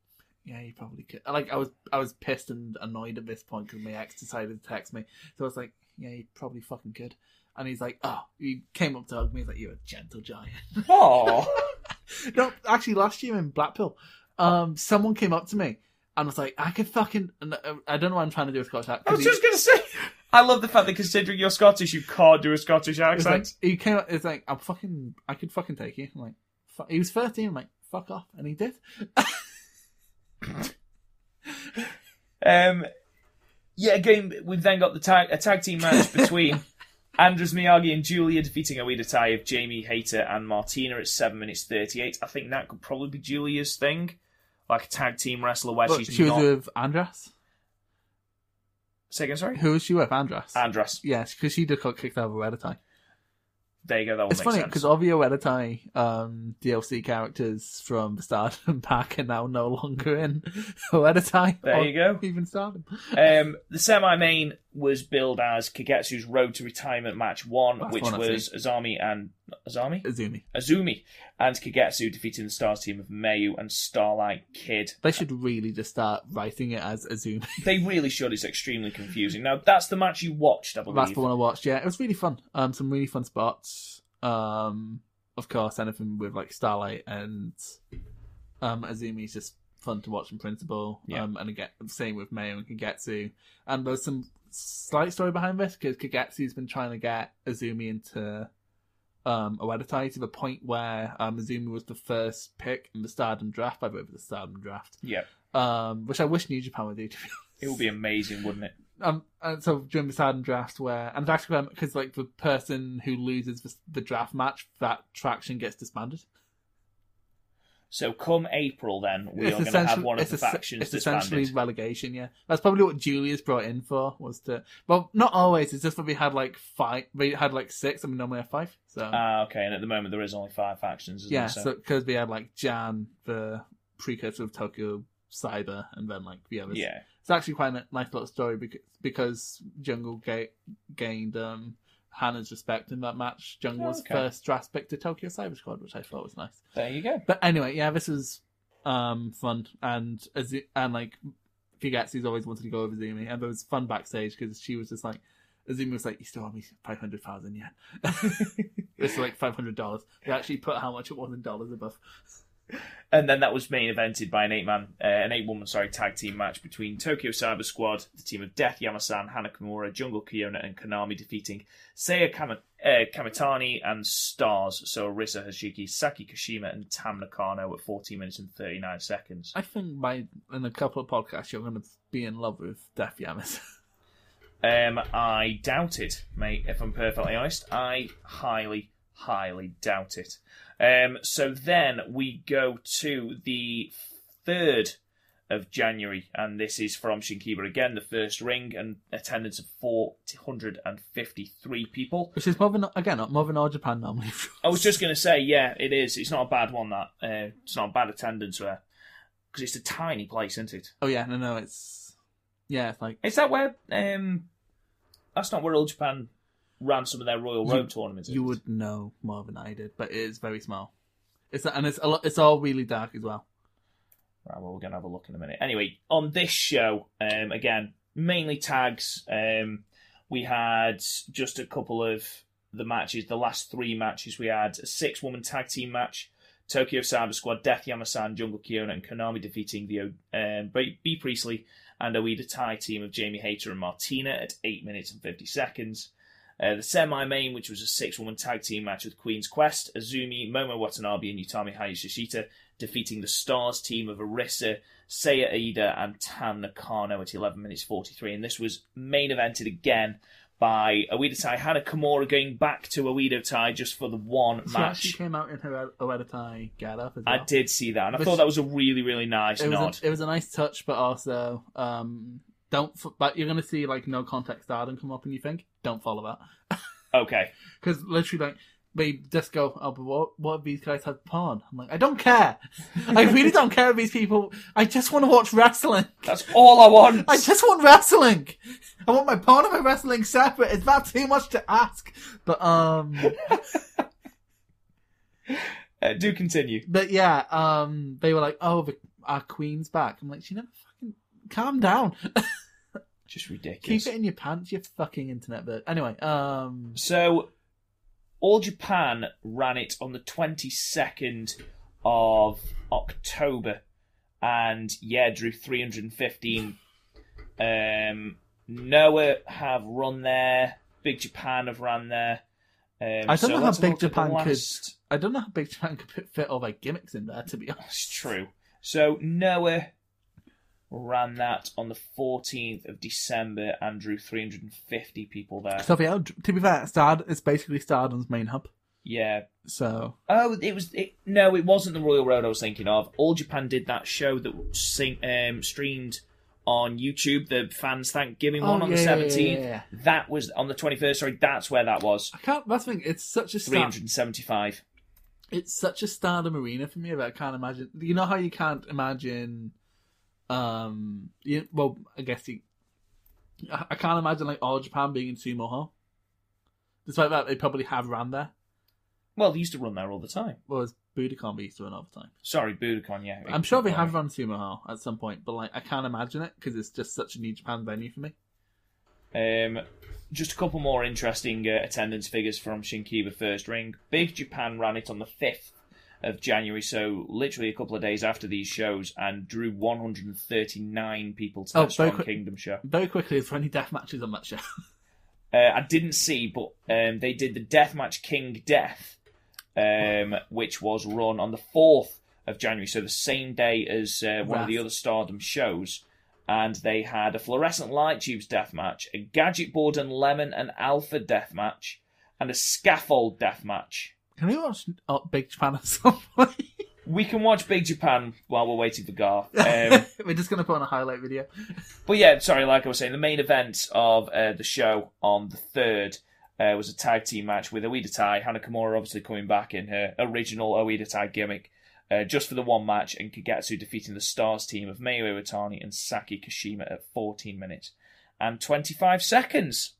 C: "Yeah, you probably could." Like I was I was pissed and annoyed at this point because my ex decided to text me, so I was like, "Yeah, you probably fucking could." And he's like, "Oh," he came up to hug me. He's like, "You're a gentle giant."
B: Oh.
C: no, actually, last year in Blackpool, um, someone came up to me and was like, "I could fucking," and I- I don't know what I'm trying to do with Scottish accent.
B: I was just gonna say. I love the fact that considering you're Scottish, you can't do a Scottish
C: he, like,
B: accent.
C: he came up. It's like I'm fucking. I could fucking take you. I'm like, fu he was 13. I'm like, fuck off, and he did.
B: Um, yeah, again, we've then got the tag a tag team match between Andres Miyagi and Julia defeating Oida Tai of Jamie Hayter and Martina at seven minutes thirty eight. I think that could probably be Julia's thing, like a tag team wrestler where
C: But
B: she's
C: she was
B: not.
C: with Andras.
B: Say again, sorry.
C: Who was she with? Andras.
B: Andras.
C: yes, because she did got kicked out of Redditai.
B: There you go. That one
C: It's
B: makes
C: funny
B: sense.
C: because all the Redditai um, DLC characters from the Stardom pack are now no longer in Redditai.
B: There
C: or
B: you go.
C: Even Stardom.
B: Um, the semi-main was billed as Kagetsu's Road to Retirement Match One,
C: That's
B: which
C: one I've
B: was Azami and Azami
C: Azumi.
B: Azumi and Kagetsu defeating the Stars team of Mayu and Starlight Kid.
C: They should really just start writing it as Azumi.
B: They really should. It's extremely confusing. Now that's the match you watched, I believe.
C: That's the one I watched. Yeah, it was really fun. Um, some really fun spots. Um, of course, anything with like Starlight and um Azumi is just fun to watch in principle.
B: Yeah.
C: Um, and again, same with Mayo and Kagetsu. And there's some slight story behind this because Kagetsu's been trying to get Azumi into um Oeditai to the point where um Azumi was the first pick in the Stardom draft. I voted for the Stardom draft.
B: Yeah,
C: Um, which I wish New Japan would do. To be
B: it would be amazing, wouldn't it?
C: um, and so during the sudden draft where and that's because like the person who loses the, the draft match, that faction gets disbanded.
B: So come April, then we
C: It's
B: are going to
C: essentially-
B: have one of the
C: it's es-
B: factions
C: It's essentially
B: disbanded.
C: relegation. Yeah, that's probably what Julia's brought in for was to. Well, not always. It's just that we had like five. We had like six, and we normally have five. So
B: Ah, okay. And at the moment, there is only five factions. Isn't
C: yeah,
B: there?
C: so because we had like Jan, the precursor of Tokyo Cyber, and then like the others.
B: yeah,
C: it's actually quite a nice little story because because Jungle ga- gained um, Hannah's respect in that match. Jungle was
B: Okay.
C: first draft pick to Tokyo Cyber Squad, which I thought was nice.
B: there you go.
C: But anyway, yeah, this was um, fun and as it- and like Kagetsu's always wanted to go over Zumi, and there was fun backstage because she was just like. Azumi was like, "You still owe me five hundred thousand yen." it's like five hundred dollars. They actually put how much it was in dollars above.
B: And then that was main evented by an eight man, uh, an eight woman, sorry, tag team match between Tokyo Cyber Squad, the team of Death Yamasan, Hana Kimura, Jungle Kiona, and Konami, defeating Seiya Kama- uh, Kamitani and Stars. So Arisa Hashiki, Saki Kashima, and Tam Nakano at 14 minutes and 39 seconds.
C: I think by in a couple of podcasts, you're going to be in love with Def Yamas.
B: Um, I doubt it, mate. If I'm perfectly honest, I highly, highly doubt it. Um, so then we go to the third of January, and this is from Shinkiba again, the first ring, and attendance of 453 people.
C: Which is more than again not more than all Japan normally.
B: I was just going to say, yeah, it is. It's not a bad one. That uh, it's not a bad attendance there because it's a tiny place, isn't it?
C: oh yeah, no, no, it's yeah, it's like
B: Is that where? Um, that's not where Old Japan ran some of their Royal
C: You-
B: Road tournaments. is
C: you
B: it?
C: would know more than I did, but it is very small. It's and it's a lot. It's all really dark as well.
B: Right, well, we're going to have a look in a minute. Anyway, on this show, um, again, mainly tags. Um, we had just a couple of the matches, the last three matches. We had a six woman tag team match Tokyo Cyber Squad, Death Yamasan, Jungle Kiona, and Konami defeating the um, B-, B Priestley and Oida Tai team of Jamie Hayter and Martina at 8 minutes and 50 seconds. Uh, the semi main, which was a six woman tag team match with Queen's Quest, Azumi, Momo Watanabe, and Utami Hayashishita, defeating the Stars team of Arisa, Seiya Aida, and Tam Nakano at 11 minutes 43. And this was main evented again by Oedo Tai, Hana Kimura going back to Oedo Tai just for the one
C: She actually
B: match.
C: came out in her Oeditai get up as well.
B: I did see that, and I
C: But
B: thought that was a really, really nice
C: It
B: nod.
C: was, a, it was a nice touch, but also um, don't. F- but you're gonna see like no contact stardom come up, and you think don't follow that
B: Okay.
C: because literally like But you just go, oh, but what, what if these guys have porn? I'm like, I don't care. I really don't care if these people. I just want to watch wrestling.
B: That's all I want.
C: I just want wrestling. I want my porn and my wrestling separate. Is that too much to ask? But um,
B: Uh, do continue.
C: but yeah, um, they were like, oh, the, our queen's back. I'm like, she never fucking calm down.
B: Just
C: Keep
B: ridiculous.
C: it in your pants, you fucking internet bird. Anyway, um,
B: So, All Japan ran it on the 22nd of October, and yeah, drew 315. Um, Noah have run there. Big Japan have run there. Um,
C: I don't know how
B: let's have a look
C: Big
B: at the
C: Japan could-
B: last-
C: I don't know how Big Japan could fit- fit all their gimmicks in there. To be honest,
B: It's true. So Noah ran that on the 14th of December and drew 350 people there.
C: so yeah, to be fair, Stard is basically Stardom's main hub.
B: Yeah.
C: So
B: Oh, it was it, no, it wasn't the Royal Road I was thinking of. All Japan did that show that sing, um, streamed on YouTube, the fans Thanksgiving
C: Oh,
B: one on the
C: yeah, yeah, yeah,
B: 17th.
C: yeah.
B: That was on the 21st. Sorry, that's where that was.
C: I can't. That's the thing. It's such a star,
B: 375.
C: it's such a Stardom arena for me that I can't imagine. You know how you can't imagine. Um. You, well, I guess you. I, I can't imagine like all Japan being in Sumo Hall. Despite that, they probably have ran there.
B: Well, they used to run there all the time.
C: Whereas Budokan we used to run all the time.
B: Sorry, Budokan. Yeah,
C: I'm sure they have run Sumo Hall at some point, but like I can't imagine it because it's just such a New Japan venue for me.
B: Um, just a couple more interesting uh, attendance figures from Shinkiba First Ring. Big Japan ran it on the 5th of January, so literally a couple of days after these shows, and drew 139 people to
C: Oh,
B: the Strong
C: very quick-
B: Kingdom show.
C: Very quickly, is there any death matches on that show?
B: Uh, I didn't see, but um, they did the Deathmatch King Death, um, which was run on the 4th of January, so the same day as uh, one of the
C: Wrath.
B: other Stardom shows. And they had a fluorescent light tubes deathmatch, a gadget board and lemon and alpha deathmatch, and a scaffold deathmatch.
C: Can we watch oh, Big Japan at some point?
B: We can watch Big Japan while we're waiting for Garth. Um,
C: We're just gonna put on a highlight video.
B: But yeah, sorry, like I was saying, the main event of uh, the show on the third uh, was a tag team match with Oida Tai, Hana Kimura obviously coming back in her original Oida Tai gimmick, uh, just for the one match, and Kagetsu defeating the Stars team of Mayu Iwatani and Saki Kashima at 14 minutes and 25 seconds.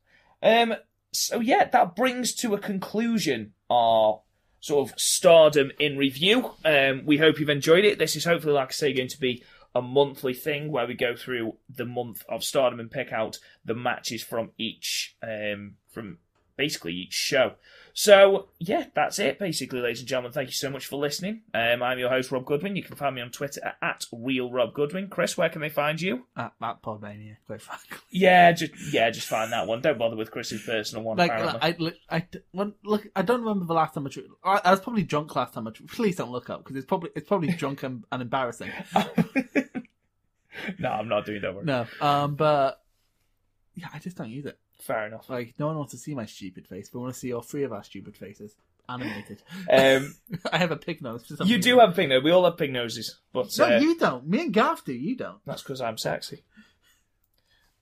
B: Um, so yeah, that brings to a conclusion our sort of stardom in review. Um, we hope you've enjoyed it. This is hopefully, like I say, going to be a monthly thing where we go through the month of stardom and pick out the matches from each um, from basically each show. So yeah, that's it basically, ladies and gentlemen. Thank you so much for listening. Um, I'm your host Rob Goodwin. You can find me on Twitter at, at real Rob Goodwin. Chris, where can they find you?
C: That, that Podmania, quite frankly.
B: Yeah, just yeah, just find that one. Don't bother with Chris's personal one.
C: Like,
B: apparently.
C: I, li- I, d- when- look, I don't remember the last time I, tr- I, I was probably drunk last time I, tr- please don't look up because it's probably, it's probably drunk and, and embarrassing.
B: no, I'm not doing that one.
C: No, um, but yeah, I just don't use it.
B: Fair enough.
C: Like, no one wants to see my stupid face, but want to see all three of our stupid faces animated.
B: Um,
C: I have a pig nose. For some
B: you
C: reason.
B: do have pig nose. We all have pig noses, but
C: No,
B: uh,
C: you don't. Me and Gav do. You don't.
B: that's because I'm sexy.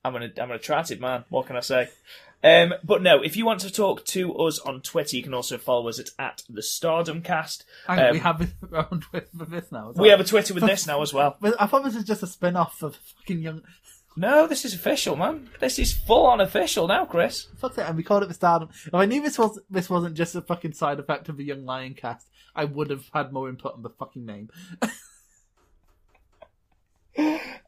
B: I'm an I'm an attractive man. What can I say? Um, but no, if you want to talk to us on Twitter, you can also follow us at, at the Stardom Cast.
C: Hang on,
B: Um,
C: we have this round with, with this now. as
B: We
C: well.
B: have a Twitter with this now as well.
C: But I thought this was just a spin off of fucking young.
B: No, this is official, man. This is full on official now, Chris.
C: Fuck it, and we called it the Stardom. If I knew this was this wasn't just a fucking side effect of the Young Lion cast, I would have had more input on the fucking name.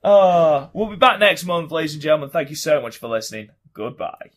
B: Uh, we'll be back next month, ladies and gentlemen. Thank you so much for listening. Goodbye.